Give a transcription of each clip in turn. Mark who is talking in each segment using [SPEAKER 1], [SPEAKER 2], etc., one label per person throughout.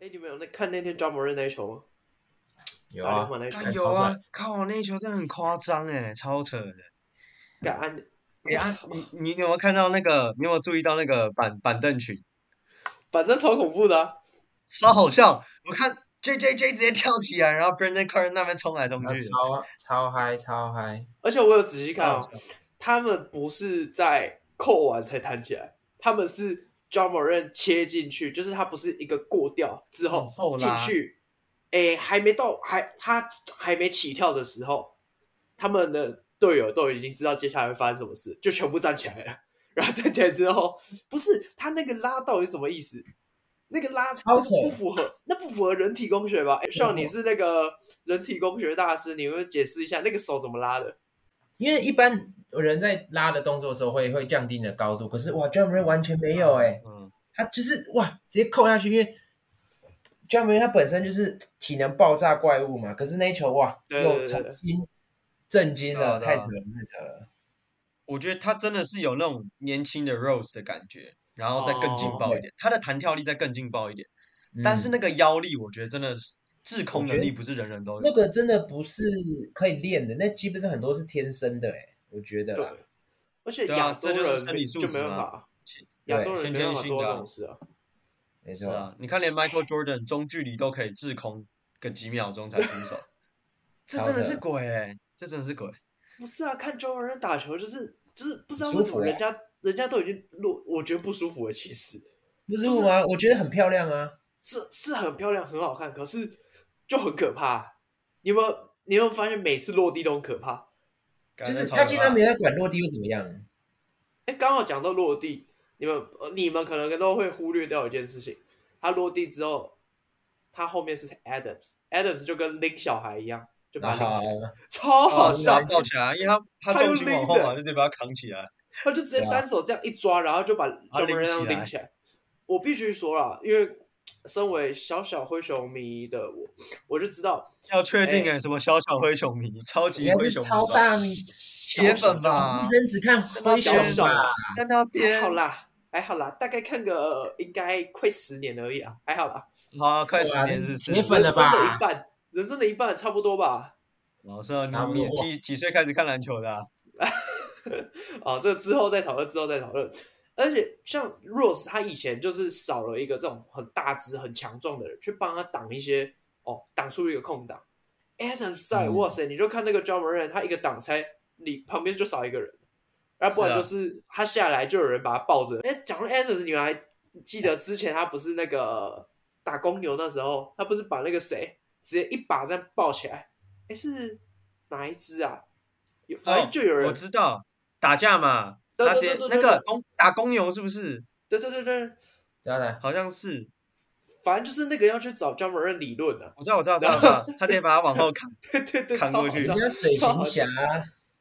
[SPEAKER 1] 哎，你们有那看那天抓魔人那一球吗？
[SPEAKER 2] 有
[SPEAKER 1] 打
[SPEAKER 2] 啊
[SPEAKER 1] 电话那一球，
[SPEAKER 2] 干
[SPEAKER 3] 有
[SPEAKER 2] 超
[SPEAKER 3] 啊
[SPEAKER 2] 帅，
[SPEAKER 3] 靠，那一球真的很夸张哎，超扯的。
[SPEAKER 1] 干！
[SPEAKER 3] 你啊，你你有没有看到那个？你有没有注意到那个板板凳群？
[SPEAKER 1] 反正超恐怖的、啊，
[SPEAKER 3] 超好笑！我看 J J J 直接跳起来，然后 Brandon Carter 那边冲来冲
[SPEAKER 2] 他
[SPEAKER 3] 去的，
[SPEAKER 2] 超超嗨，超嗨！
[SPEAKER 1] 而且我有仔细看
[SPEAKER 2] 超
[SPEAKER 1] 哦，他们不是在扣完才弹起来，他们是 John Moran 切进去，就是他不是一个过掉之
[SPEAKER 3] 往后
[SPEAKER 1] 后进
[SPEAKER 3] 拉
[SPEAKER 1] 去，哎，还没到，还他还没起跳的时候，他们的队友都已经知道接下来会发生什么事，就全部站起来了。然后站起来之后，不是他那个拉到底什么意思？那个拉
[SPEAKER 2] 超扯
[SPEAKER 1] 不符合，那不符合人体工学吧？哎，像你是那个人体工学大师，你会解释一下那个手怎么拉的？
[SPEAKER 2] 因为一般人在拉的动作的时候会会降低你的高度，可是哇 j u m p 完全没有哎、
[SPEAKER 3] 嗯，
[SPEAKER 2] 他就是哇直接扣下去，因为 j u m p 他本身就是体能爆炸怪物嘛，可是那一球哇
[SPEAKER 1] 对对
[SPEAKER 2] 又
[SPEAKER 1] 对
[SPEAKER 2] 重新震惊了，
[SPEAKER 3] 对啊对啊
[SPEAKER 2] 太扯了，太扯了！
[SPEAKER 3] 我觉得他真的是有那种年轻的 Rose 的感觉，然后再更劲
[SPEAKER 1] 哦
[SPEAKER 3] 爆一点，他的弹跳力再更劲爆一点，
[SPEAKER 2] 嗯
[SPEAKER 3] 但是那个腰力，我觉得真的是制空
[SPEAKER 2] 觉
[SPEAKER 3] 能
[SPEAKER 2] 得
[SPEAKER 3] 力不是人人都
[SPEAKER 2] 那
[SPEAKER 3] 有。
[SPEAKER 2] 个真的不是可以练的，那基本上很多是天生的哎、我觉得
[SPEAKER 1] 对
[SPEAKER 2] 啦。，
[SPEAKER 1] 而且
[SPEAKER 3] 对啊
[SPEAKER 1] 亚洲
[SPEAKER 3] 这就是
[SPEAKER 1] 人
[SPEAKER 3] 生理素
[SPEAKER 1] 就
[SPEAKER 3] 质
[SPEAKER 1] 没办
[SPEAKER 3] 嘛
[SPEAKER 1] 法
[SPEAKER 3] 先，
[SPEAKER 1] 亚
[SPEAKER 2] 对
[SPEAKER 1] 洲人
[SPEAKER 3] 先
[SPEAKER 1] 没办
[SPEAKER 3] 天
[SPEAKER 1] 法
[SPEAKER 3] 性
[SPEAKER 1] 做
[SPEAKER 3] 的
[SPEAKER 1] 到这
[SPEAKER 3] 啊
[SPEAKER 1] 种事啊。
[SPEAKER 2] 没
[SPEAKER 3] 是
[SPEAKER 2] 错。
[SPEAKER 3] 啊，你看连 Michael Jordan 中距离都可以制空个几秒钟才出 手，这真的
[SPEAKER 2] 超扯
[SPEAKER 3] 是鬼哎、这真的是鬼。
[SPEAKER 1] 不是啊，看中国人打球就是就是不知道
[SPEAKER 2] 很
[SPEAKER 1] 为
[SPEAKER 2] 舒
[SPEAKER 1] 什么
[SPEAKER 2] 服
[SPEAKER 1] 人
[SPEAKER 2] 啊
[SPEAKER 1] 家、人家都已经落，我觉得不舒服了。其实
[SPEAKER 2] 不是我啊，我觉得很漂亮啊。
[SPEAKER 1] 是是很漂亮，很好看，可是就很可怕。你有没有你有没有发现每次落地都很可怕？
[SPEAKER 3] 感
[SPEAKER 2] 就
[SPEAKER 3] 觉
[SPEAKER 2] 是
[SPEAKER 3] 超
[SPEAKER 2] 他
[SPEAKER 3] 可
[SPEAKER 2] 竟
[SPEAKER 3] 怕
[SPEAKER 2] 然没在管落地又怎么样？
[SPEAKER 1] 哎，刚好讲到落地，你们呃你们可能都会忽略掉一件事情，他落地之后，他后面是 Adams，Adams 就跟拎小孩一样，就把
[SPEAKER 2] 然
[SPEAKER 1] 他拎起来，
[SPEAKER 2] 后
[SPEAKER 1] 超好
[SPEAKER 3] 哦是啊
[SPEAKER 1] 笑，
[SPEAKER 3] 抱起来，因为他
[SPEAKER 1] 他
[SPEAKER 3] 他
[SPEAKER 1] 用
[SPEAKER 3] 重心往
[SPEAKER 1] 拎
[SPEAKER 3] 后
[SPEAKER 1] 的
[SPEAKER 3] 嘛，就直接把他扛起来。
[SPEAKER 1] 他就直接
[SPEAKER 2] 对啊
[SPEAKER 1] 单手这样一抓，然后就把
[SPEAKER 3] 把它
[SPEAKER 1] j 门 m
[SPEAKER 3] 拎起
[SPEAKER 1] a
[SPEAKER 3] 来
[SPEAKER 1] 拎起来。我必须说啦，因为身为小小灰熊迷的我，我就知道
[SPEAKER 3] 要确定
[SPEAKER 1] 哎
[SPEAKER 3] 哎、什么小小灰熊迷，超级
[SPEAKER 2] 应该
[SPEAKER 3] 灰
[SPEAKER 2] 是
[SPEAKER 3] 熊迷
[SPEAKER 2] 哎超
[SPEAKER 3] 吧
[SPEAKER 2] 大
[SPEAKER 3] 铁粉吧
[SPEAKER 2] 一？生只看灰熊
[SPEAKER 1] 小小
[SPEAKER 2] 吧，
[SPEAKER 3] 看到
[SPEAKER 1] 还
[SPEAKER 3] 边，
[SPEAKER 1] 好啦，还好啦，大概看个应该快十年而已啊，还好啦，
[SPEAKER 3] 好啊，快十
[SPEAKER 2] 哇
[SPEAKER 3] 年
[SPEAKER 2] 你
[SPEAKER 3] 是是
[SPEAKER 2] 铁。粉
[SPEAKER 1] 人
[SPEAKER 2] 了
[SPEAKER 1] 生
[SPEAKER 2] 吧
[SPEAKER 1] 的一半，人生的一半差不多吧。
[SPEAKER 3] 老师啊，
[SPEAKER 2] 差不
[SPEAKER 3] 你你
[SPEAKER 2] 多
[SPEAKER 3] 几几岁开始看篮球的啊、
[SPEAKER 1] 哦，这个之后再讨论，之后再讨论。而且像 Rose，他以前就是少了一个这种很大只、很强壮的人去帮他挡一些哦，挡出一个空档。Adams 在、
[SPEAKER 2] 嗯
[SPEAKER 1] 哇塞，你就看那个 John Moran，他一个挡拆，你旁边就少一个人，然后不然
[SPEAKER 3] 是啊
[SPEAKER 1] 就是他下来就有人把他抱着。哎，讲到 Adams，你们还记得之前他不是那个打公牛那时候，他不是把那个谁直接一把这样抱起来？哎，是哪一只啊？有反正就有人、
[SPEAKER 3] 哦我知道打架嘛，
[SPEAKER 1] 对
[SPEAKER 3] 那
[SPEAKER 1] 对
[SPEAKER 3] 些
[SPEAKER 1] 对对
[SPEAKER 3] 那
[SPEAKER 1] 对
[SPEAKER 3] 个公打公牛是不是？
[SPEAKER 1] 对对对对，
[SPEAKER 2] 当然
[SPEAKER 3] 好像是，
[SPEAKER 1] 反正就是那个要去找专门人理论啊，
[SPEAKER 3] 我知道我知道我知道我知 道，他直接把他往后扛，
[SPEAKER 1] 对对对，
[SPEAKER 3] 扛
[SPEAKER 1] 超
[SPEAKER 3] 过
[SPEAKER 1] 好
[SPEAKER 3] 去
[SPEAKER 1] 笑
[SPEAKER 2] 人。家水行侠，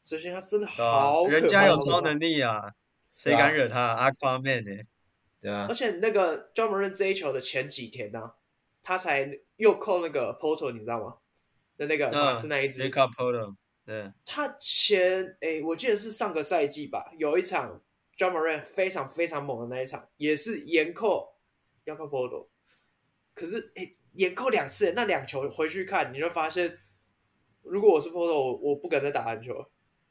[SPEAKER 1] 首先他真的
[SPEAKER 3] 对吧
[SPEAKER 1] 好可怕，
[SPEAKER 3] 人家有
[SPEAKER 1] 好可
[SPEAKER 3] 超
[SPEAKER 1] 怕，
[SPEAKER 3] 能力啊，谁
[SPEAKER 2] 对啊
[SPEAKER 3] 敢惹他？Aquaman 呢、
[SPEAKER 2] 对吧
[SPEAKER 3] 啊
[SPEAKER 1] 而？且那个专门人这一球的前几天呢、他才又扣那个 Porto，你知道吗？的那个
[SPEAKER 3] 嗯
[SPEAKER 1] 马刺那一只，
[SPEAKER 3] Jacob Polo，对，
[SPEAKER 1] 他前诶，我记得是上个赛季吧，有一场 j a m a r a n 非常非常猛的那一场，也是严扣 y a k o p o d o 可是诶，严扣两次，那两球回去看，你就发现，如果我是 p o d o 我我不敢再打篮球了。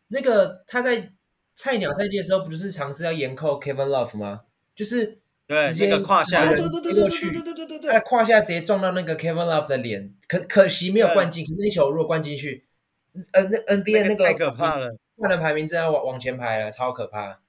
[SPEAKER 2] 那个他在菜鸟赛季的时候，不就是尝试要严扣 Kevin Love 吗？就是
[SPEAKER 3] 对
[SPEAKER 2] 直，接
[SPEAKER 3] 那个哎胯
[SPEAKER 1] 啊
[SPEAKER 3] 下
[SPEAKER 2] 对
[SPEAKER 1] 对
[SPEAKER 3] 人
[SPEAKER 1] 对对对对对对对对对对
[SPEAKER 2] 他胯下直接撞到那个 Kevin Love 的脸，可可惜没有灌进。可是那球如果灌进去，呃，那 NBA
[SPEAKER 3] 那
[SPEAKER 2] 那
[SPEAKER 3] 个
[SPEAKER 2] 个
[SPEAKER 3] 太可怕，了。
[SPEAKER 2] 灌篮排名真的往往前排了，超可怕。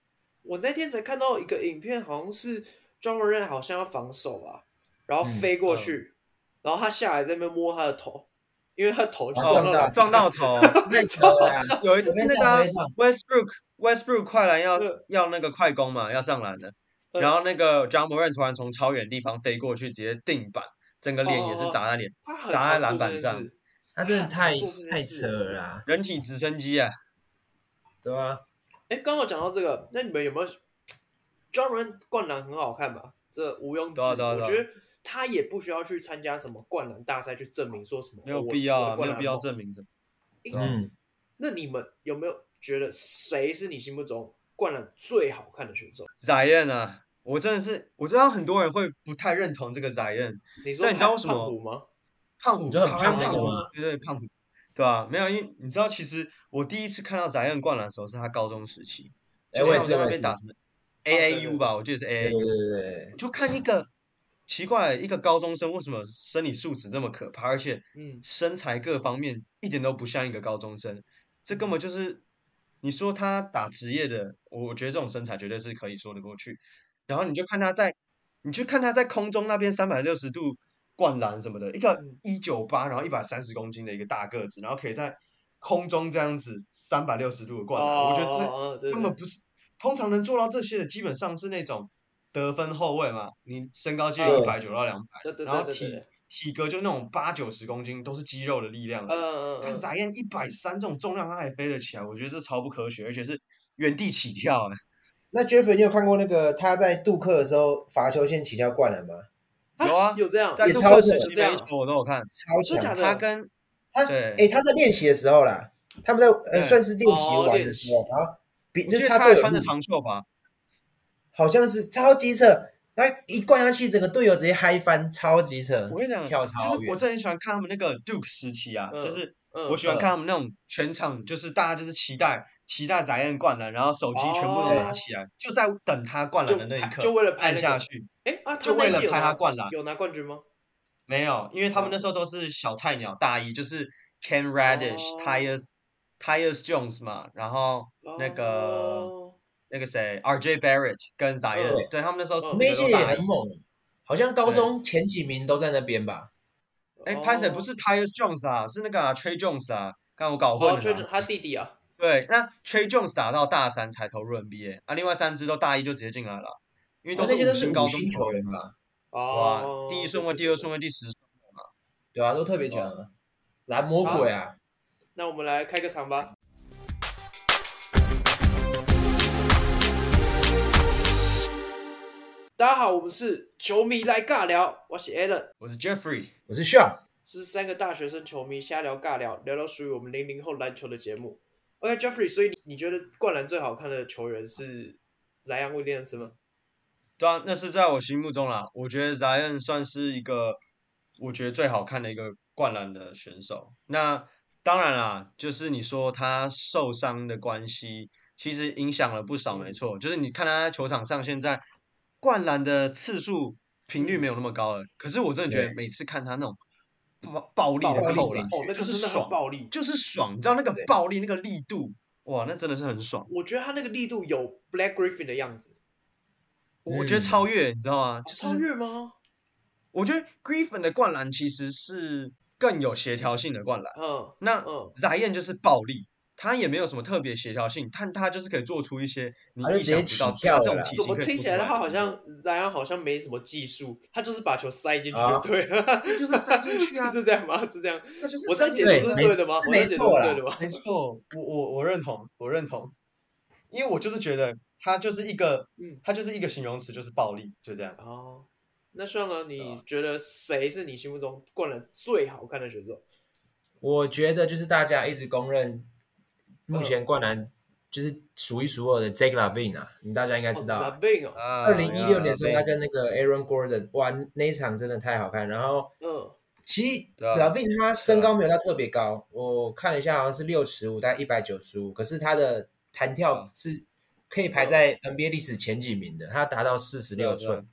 [SPEAKER 1] 我那天才看到一个影片，好像是 j o h n r e n 好像要防守啊，然后
[SPEAKER 3] 嗯
[SPEAKER 1] 飞过去，然后他下来在那边摸他的头，因为他的头就
[SPEAKER 2] 哦
[SPEAKER 1] 撞
[SPEAKER 2] 撞
[SPEAKER 1] 到
[SPEAKER 2] 到
[SPEAKER 3] 撞到 头，
[SPEAKER 2] 那球啊，
[SPEAKER 3] 有一次
[SPEAKER 2] 随便
[SPEAKER 3] 那个
[SPEAKER 2] 撞
[SPEAKER 3] 啊
[SPEAKER 2] 随便撞
[SPEAKER 3] Westbrook Westbrook 快篮要
[SPEAKER 1] 对
[SPEAKER 3] 要那个快攻嘛，要上篮的，
[SPEAKER 1] 对
[SPEAKER 3] 然后那个 John Moran 突然从超远地方飞过去，直接定板，整个脸也
[SPEAKER 1] 哦哦
[SPEAKER 3] 是
[SPEAKER 1] 哦
[SPEAKER 3] 砸在脸，
[SPEAKER 1] 他很
[SPEAKER 3] 砸在
[SPEAKER 1] 常
[SPEAKER 3] 篮
[SPEAKER 1] 做
[SPEAKER 3] 板
[SPEAKER 1] 这件
[SPEAKER 3] 上
[SPEAKER 1] 事。
[SPEAKER 2] 他真的太
[SPEAKER 1] 做这件
[SPEAKER 2] 太
[SPEAKER 1] 事
[SPEAKER 2] 扯了啦，
[SPEAKER 3] 人体直升机啊！
[SPEAKER 2] 对吧？
[SPEAKER 1] 哎，刚好讲到这个，那你们有没有 John r e n 灌篮很好看吧？这毋庸置
[SPEAKER 3] 对啊对啊
[SPEAKER 1] 疑，
[SPEAKER 3] 对
[SPEAKER 1] 我
[SPEAKER 3] 啊
[SPEAKER 1] 觉得他也不需要去参加什么灌篮大赛去证明说什么哦
[SPEAKER 3] 没有
[SPEAKER 1] 我
[SPEAKER 3] 必要
[SPEAKER 1] 我
[SPEAKER 3] 啊，
[SPEAKER 1] 的
[SPEAKER 3] 没
[SPEAKER 1] 灌
[SPEAKER 3] 有
[SPEAKER 1] 篮
[SPEAKER 3] 必要
[SPEAKER 1] 梦
[SPEAKER 3] 证明什么。
[SPEAKER 2] 嗯，
[SPEAKER 1] 那你们有没有觉得谁是你心目中灌篮最好看的选手？
[SPEAKER 3] Zion 啊，我真的是，我知道很多人会不太认同这个 Zion
[SPEAKER 1] 你说
[SPEAKER 3] 但你知道为什么
[SPEAKER 1] 胖虎吗？
[SPEAKER 3] 胖虎，
[SPEAKER 2] 你说很胖
[SPEAKER 3] 台湾
[SPEAKER 2] 那
[SPEAKER 3] 胖
[SPEAKER 2] 个
[SPEAKER 3] 虎
[SPEAKER 2] 吗，
[SPEAKER 3] 对对胖虎，对吧、没有，因为你知道，其实我第一次看到 Zion 灌篮的时候是他高中时期，
[SPEAKER 2] 哎
[SPEAKER 3] 就
[SPEAKER 2] 我也
[SPEAKER 3] 像
[SPEAKER 2] 是
[SPEAKER 3] 在
[SPEAKER 2] 我
[SPEAKER 3] 那
[SPEAKER 2] 也
[SPEAKER 3] 边
[SPEAKER 2] 是哦
[SPEAKER 3] 打什么
[SPEAKER 1] 对
[SPEAKER 3] AAU 吧，我记得是
[SPEAKER 2] 对
[SPEAKER 3] AAU，
[SPEAKER 2] 对对对，
[SPEAKER 3] 就看一个奇怪，一个高中生为什么生理素质这么可怕，而且
[SPEAKER 1] 嗯，
[SPEAKER 3] 身材各方面一点都不像一个高中生，这根本就是你说他打职业的，我我觉得这种身材绝对是可以说得过去。然后你就看他在，你去看他在空中那边三百六十度灌篮什么的，一个
[SPEAKER 1] 嗯
[SPEAKER 3] 一九八，然后一百三十公斤的一个大个子，然后可以在空中这样子三百六十度的灌篮，我觉得这
[SPEAKER 1] 哦对
[SPEAKER 3] 根
[SPEAKER 1] 对
[SPEAKER 3] 本不是，通常能做到这些的，基本上是那种得分后卫嘛，你身高介
[SPEAKER 1] 嗯
[SPEAKER 3] 于一
[SPEAKER 2] 对
[SPEAKER 3] 百九到两百，
[SPEAKER 1] 对对
[SPEAKER 3] 然后
[SPEAKER 1] 对对
[SPEAKER 3] 体
[SPEAKER 1] 对，
[SPEAKER 3] 体格就那种八九十公斤，都是肌肉的力量。
[SPEAKER 1] 嗯嗯
[SPEAKER 3] 看
[SPEAKER 1] 嗯，
[SPEAKER 3] 翟燕一百三这种重量，他还飞得起来，我觉得这超不科学，而且是原地起跳、欸。
[SPEAKER 2] 那 Jeffrey，你有看过那个他在杜克的时候罚球线起跳灌篮吗？
[SPEAKER 3] 有啊，
[SPEAKER 1] 有这样，
[SPEAKER 3] 在
[SPEAKER 2] 也
[SPEAKER 3] 杜
[SPEAKER 2] 超
[SPEAKER 3] 克
[SPEAKER 2] 扯
[SPEAKER 3] 时期
[SPEAKER 1] 这
[SPEAKER 3] 每
[SPEAKER 1] 样
[SPEAKER 3] 一球我都有看，
[SPEAKER 2] 超
[SPEAKER 1] 真假
[SPEAKER 2] 强！
[SPEAKER 1] 的？
[SPEAKER 3] 他跟
[SPEAKER 2] 他
[SPEAKER 3] 对
[SPEAKER 2] 诶，他在练习的时候啦，他们在呃
[SPEAKER 3] 对
[SPEAKER 2] 算是练习
[SPEAKER 1] 哦
[SPEAKER 2] 完
[SPEAKER 1] 练
[SPEAKER 2] 的时候，然后比
[SPEAKER 3] 我
[SPEAKER 2] 就是
[SPEAKER 3] 记得他
[SPEAKER 2] 队
[SPEAKER 3] 还
[SPEAKER 2] 友
[SPEAKER 3] 穿着
[SPEAKER 2] 录
[SPEAKER 3] 长袖吧，
[SPEAKER 2] 好像是超级扯，然后一灌下去，整个队友直接嗨翻，超级扯。
[SPEAKER 3] 我跟你讲，
[SPEAKER 2] 跳
[SPEAKER 3] 就
[SPEAKER 2] 超
[SPEAKER 3] 是我
[SPEAKER 2] 远，
[SPEAKER 3] 真的很喜欢看他们那个 Duke 时期啊，
[SPEAKER 1] 嗯
[SPEAKER 3] 就是
[SPEAKER 1] 嗯
[SPEAKER 3] 我喜欢
[SPEAKER 2] 嗯
[SPEAKER 3] 看他们那种全场，就是大家就是期待期待翟燕灌篮，然后手机全部都拿
[SPEAKER 1] 哦
[SPEAKER 3] 起来，就在等他灌篮的那一
[SPEAKER 1] 就
[SPEAKER 3] 刻，
[SPEAKER 1] 就为了拍
[SPEAKER 3] 按
[SPEAKER 1] 那
[SPEAKER 3] 下
[SPEAKER 1] 个
[SPEAKER 3] 去，
[SPEAKER 1] 哎啊，
[SPEAKER 3] 就
[SPEAKER 1] 他
[SPEAKER 3] 为
[SPEAKER 1] 那一
[SPEAKER 3] 了
[SPEAKER 1] 届有
[SPEAKER 3] 拍他
[SPEAKER 1] 拿
[SPEAKER 3] 灌篮。
[SPEAKER 1] 有拿冠军吗？
[SPEAKER 3] 没有，因为他们
[SPEAKER 1] 嗯
[SPEAKER 3] 那时候都是小菜鸟，大一就是 Ken Radish、
[SPEAKER 1] 哦
[SPEAKER 3] Tyus、Tyus Jones 嘛，然后那个
[SPEAKER 1] 哦
[SPEAKER 3] 那个谁 RJ Barrett 跟 Zion，
[SPEAKER 1] 嗯
[SPEAKER 3] 对他们那时候
[SPEAKER 1] 嗯
[SPEAKER 3] 四个
[SPEAKER 2] 哦那
[SPEAKER 3] 都
[SPEAKER 2] 些也
[SPEAKER 3] 大一
[SPEAKER 2] 很。猛，好像高中前几名都在那边吧？
[SPEAKER 3] 哎，拍谁不
[SPEAKER 1] 哦
[SPEAKER 3] 是 Tyus Jones 啊，是那个啊 Trey Jones 啊，刚刚我搞混
[SPEAKER 1] 哦，
[SPEAKER 3] 了
[SPEAKER 1] 就是
[SPEAKER 3] 啦。
[SPEAKER 1] 他弟弟啊，
[SPEAKER 3] 对，那 Trey Jones 打到大三才投入 NBA，啊，另外三支都大一就直接进来了，因为都
[SPEAKER 2] 哦那些
[SPEAKER 3] 是
[SPEAKER 2] 都
[SPEAKER 3] 五
[SPEAKER 2] 是
[SPEAKER 3] 星
[SPEAKER 2] 五
[SPEAKER 3] 高中
[SPEAKER 2] 星球
[SPEAKER 3] 球员
[SPEAKER 2] 员
[SPEAKER 3] 嘛。
[SPEAKER 2] 吧？
[SPEAKER 3] 哇
[SPEAKER 1] 哦，，
[SPEAKER 3] 第一顺
[SPEAKER 1] 对
[SPEAKER 3] 位、第二。
[SPEAKER 1] 对
[SPEAKER 3] 顺
[SPEAKER 1] 对
[SPEAKER 3] 位、第十顺位嘛，
[SPEAKER 2] 对啊，都特别
[SPEAKER 3] 哦
[SPEAKER 2] 强啊，蓝魔鬼啊！
[SPEAKER 1] 那我们来开个场吧。大家好，我们是球迷来尬聊，我是 Alan，
[SPEAKER 3] 我是 Jeffrey。
[SPEAKER 2] 我是 Sean，
[SPEAKER 1] 是三个大学生球迷瞎聊尬聊，聊聊属于我们零零后篮球的节目。OK，Jeffrey，、所以你你觉得灌篮最好看的球员是莱昂·威廉斯吗？
[SPEAKER 3] 对啊，那是在我心目中啦。我觉得 Zion 算是一个我觉得最好看的一个灌篮的选手。那当然啦，就是你说他受伤的关系，其实影响了不少，没
[SPEAKER 1] 嗯
[SPEAKER 3] 错。就是你看他在球场上现在灌篮的次数频率没有那么高了，可是我真的觉得
[SPEAKER 2] 对
[SPEAKER 3] 每次看他那种暴暴力
[SPEAKER 2] 暴
[SPEAKER 3] 的
[SPEAKER 2] 力
[SPEAKER 3] 扣
[SPEAKER 2] 的
[SPEAKER 3] 篮，
[SPEAKER 1] 哦，那
[SPEAKER 3] 就
[SPEAKER 1] 个
[SPEAKER 3] 是
[SPEAKER 1] 真的很
[SPEAKER 3] 爽，
[SPEAKER 1] 暴力，
[SPEAKER 3] 就是爽，你知道那个
[SPEAKER 2] 对
[SPEAKER 3] 暴力那个力度，哇，那真的是很爽。
[SPEAKER 1] 我觉得他那个力度有 Black Griffin 的样子，
[SPEAKER 3] 我我觉得
[SPEAKER 2] 嗯
[SPEAKER 3] 哦超越，你知道吗？就是
[SPEAKER 1] 超越吗？
[SPEAKER 3] 我觉得 Griffin 的灌篮其实是更有协调性的灌篮，
[SPEAKER 1] 嗯
[SPEAKER 3] 那
[SPEAKER 1] 嗯，
[SPEAKER 3] Zion 就是暴力，他也没有什么特别协调性，但他就是可以做出一些你
[SPEAKER 2] 他就
[SPEAKER 3] 意
[SPEAKER 2] 直接
[SPEAKER 3] 想不
[SPEAKER 2] 起
[SPEAKER 3] 到
[SPEAKER 2] 跳
[SPEAKER 3] 他
[SPEAKER 2] 了
[SPEAKER 3] 这种
[SPEAKER 2] 啦
[SPEAKER 3] 体
[SPEAKER 1] 怎
[SPEAKER 3] 型
[SPEAKER 1] 么
[SPEAKER 3] 可以
[SPEAKER 1] 听
[SPEAKER 3] 做
[SPEAKER 1] 起来
[SPEAKER 3] 出
[SPEAKER 1] 他
[SPEAKER 3] 的
[SPEAKER 1] 好
[SPEAKER 3] 动作
[SPEAKER 1] 像莱昂好像没什么技术，他就是把球塞进去就
[SPEAKER 2] 啊
[SPEAKER 1] 对了，
[SPEAKER 3] 就是塞进 去啊
[SPEAKER 1] 是这样吗？是这样，
[SPEAKER 3] 那就是
[SPEAKER 1] 我这样解
[SPEAKER 3] 塞
[SPEAKER 1] 读是
[SPEAKER 2] 对
[SPEAKER 3] 进
[SPEAKER 2] 没
[SPEAKER 1] 对的吗？
[SPEAKER 2] 是
[SPEAKER 1] 我这
[SPEAKER 2] 没
[SPEAKER 1] 样解读
[SPEAKER 2] 错
[SPEAKER 1] 是
[SPEAKER 2] 啦
[SPEAKER 1] 对的吗？
[SPEAKER 3] 没错，我我我认同，我认同，因为我就是觉得他就是一个，
[SPEAKER 1] 嗯
[SPEAKER 3] 他就是一个形容词，就是暴力，就这样。
[SPEAKER 1] 哦，那算了，你
[SPEAKER 3] 啊
[SPEAKER 1] 觉得谁是你心目中灌篮最好看的选手？
[SPEAKER 2] 我觉得就是大家一直公认，
[SPEAKER 3] 嗯
[SPEAKER 2] 目前灌篮就是数一数二的 Jake Lavine 啊，你大家应该知道
[SPEAKER 1] 拉
[SPEAKER 2] 啊。
[SPEAKER 1] 贝哦，
[SPEAKER 3] 啊
[SPEAKER 2] 二零一六年的时候，
[SPEAKER 3] 呀
[SPEAKER 2] 他跟那个 Aaron Gordon 哇，那一场真的太好看。然后
[SPEAKER 1] 嗯，
[SPEAKER 2] 其实
[SPEAKER 3] 对啊
[SPEAKER 2] Lavine 他身高没有到特别高，我看了一下，好像是六尺五，大概一百九十五。可是他的弹
[SPEAKER 3] 嗯
[SPEAKER 2] 跳是可以排在 NBA 历史前几名的，他达到四十六
[SPEAKER 3] 是啊
[SPEAKER 2] 寸。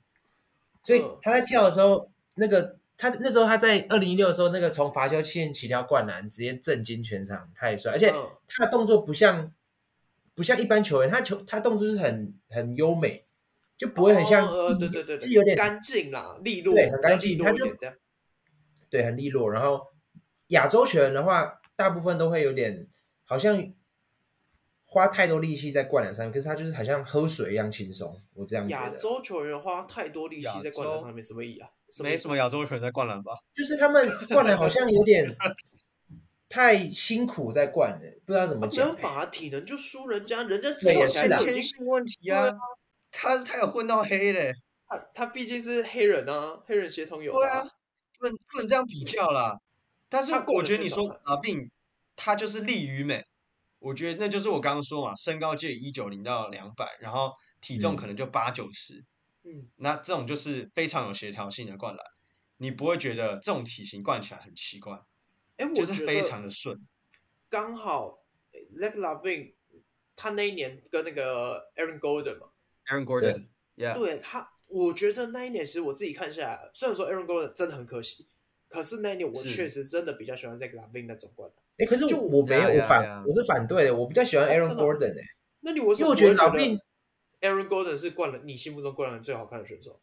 [SPEAKER 2] 所以
[SPEAKER 1] 嗯
[SPEAKER 2] 他在跳的时候，那个他那时候他在二零一六的时候，那个从罚球线起跳灌篮，直接震惊全场，太帅！而且
[SPEAKER 1] 嗯
[SPEAKER 2] 他的动作不像不像一般球员，他球他动作是很很优美，就不会很像、
[SPEAKER 1] 哦呃，对对对，
[SPEAKER 2] 是有点
[SPEAKER 1] 干净啦，利落，
[SPEAKER 2] 对很干
[SPEAKER 1] 比
[SPEAKER 2] 净
[SPEAKER 1] 较利落
[SPEAKER 2] 他
[SPEAKER 1] 一
[SPEAKER 2] 就
[SPEAKER 1] 点这样。
[SPEAKER 2] 对很利落。然后亚洲球员的话，大部分都会有点好像花太多力气在灌篮上面，可是他就是好像喝水一样轻松，我这样觉
[SPEAKER 1] 亚
[SPEAKER 2] 得。
[SPEAKER 1] 洲球员花太多力气在灌篮上面，什么意义啊？
[SPEAKER 3] 没什么亚洲球员在灌篮吧？
[SPEAKER 2] 就是他们灌篮好像有点太辛苦在灌了，不知道怎
[SPEAKER 1] 啊
[SPEAKER 2] 么
[SPEAKER 1] 没
[SPEAKER 2] 讲
[SPEAKER 1] 办。法啊，体能就输人家，人家
[SPEAKER 2] 对
[SPEAKER 1] 跳
[SPEAKER 2] 也
[SPEAKER 1] 起
[SPEAKER 2] 是
[SPEAKER 1] 来
[SPEAKER 2] 啦
[SPEAKER 1] 就已
[SPEAKER 3] 天
[SPEAKER 1] 经
[SPEAKER 3] 性问题
[SPEAKER 1] 对
[SPEAKER 3] 啊
[SPEAKER 1] 啊，
[SPEAKER 3] 他他有混到黑嘞。
[SPEAKER 1] 他他毕竟是黑人啊，黑人协同有
[SPEAKER 3] 对啊，不能不能这样比较啦。但是
[SPEAKER 1] 他够
[SPEAKER 3] 我
[SPEAKER 1] 了
[SPEAKER 3] 觉
[SPEAKER 1] 至
[SPEAKER 3] 得你
[SPEAKER 1] 少
[SPEAKER 3] 说
[SPEAKER 1] 他
[SPEAKER 3] 阿病，他就是力与美。我觉得那
[SPEAKER 2] 嗯
[SPEAKER 3] 就是我刚刚说嘛，身高介一九零到两百，然后体重可能就八九十。
[SPEAKER 1] 嗯，
[SPEAKER 3] 那这种就是非常有协调性的灌篮，你不会觉得这种体型灌起来很奇怪，
[SPEAKER 1] 哎，我
[SPEAKER 3] 就
[SPEAKER 1] 觉
[SPEAKER 3] 是
[SPEAKER 1] 得
[SPEAKER 3] 非常的顺。
[SPEAKER 1] 刚好 l e g l a v i n 他那一年跟那个 Aaron Golden 嘛，
[SPEAKER 3] Aaron Gordon，Yeah，
[SPEAKER 1] 对他，我觉得那一年其实我自己看下来，虽然说 Aaron Golden 真的很可惜，可是那一年我
[SPEAKER 3] 是
[SPEAKER 1] 确实真的比较喜欢 l e g l a v i n 那种灌篮。
[SPEAKER 2] 哎，可是
[SPEAKER 1] 就
[SPEAKER 2] 我我没有
[SPEAKER 3] 呀呀
[SPEAKER 2] 我反
[SPEAKER 3] 呀
[SPEAKER 2] 我是反对的，我比较喜欢
[SPEAKER 1] 哦
[SPEAKER 2] Aaron
[SPEAKER 1] 真的
[SPEAKER 2] Gordon 哎，
[SPEAKER 1] 那你为什
[SPEAKER 2] 因
[SPEAKER 1] 么不
[SPEAKER 2] 为我
[SPEAKER 1] 会
[SPEAKER 2] 觉
[SPEAKER 1] 觉
[SPEAKER 2] 得老病，
[SPEAKER 1] Aaron Golden 是灌篮你心目中灌篮最好看的选手？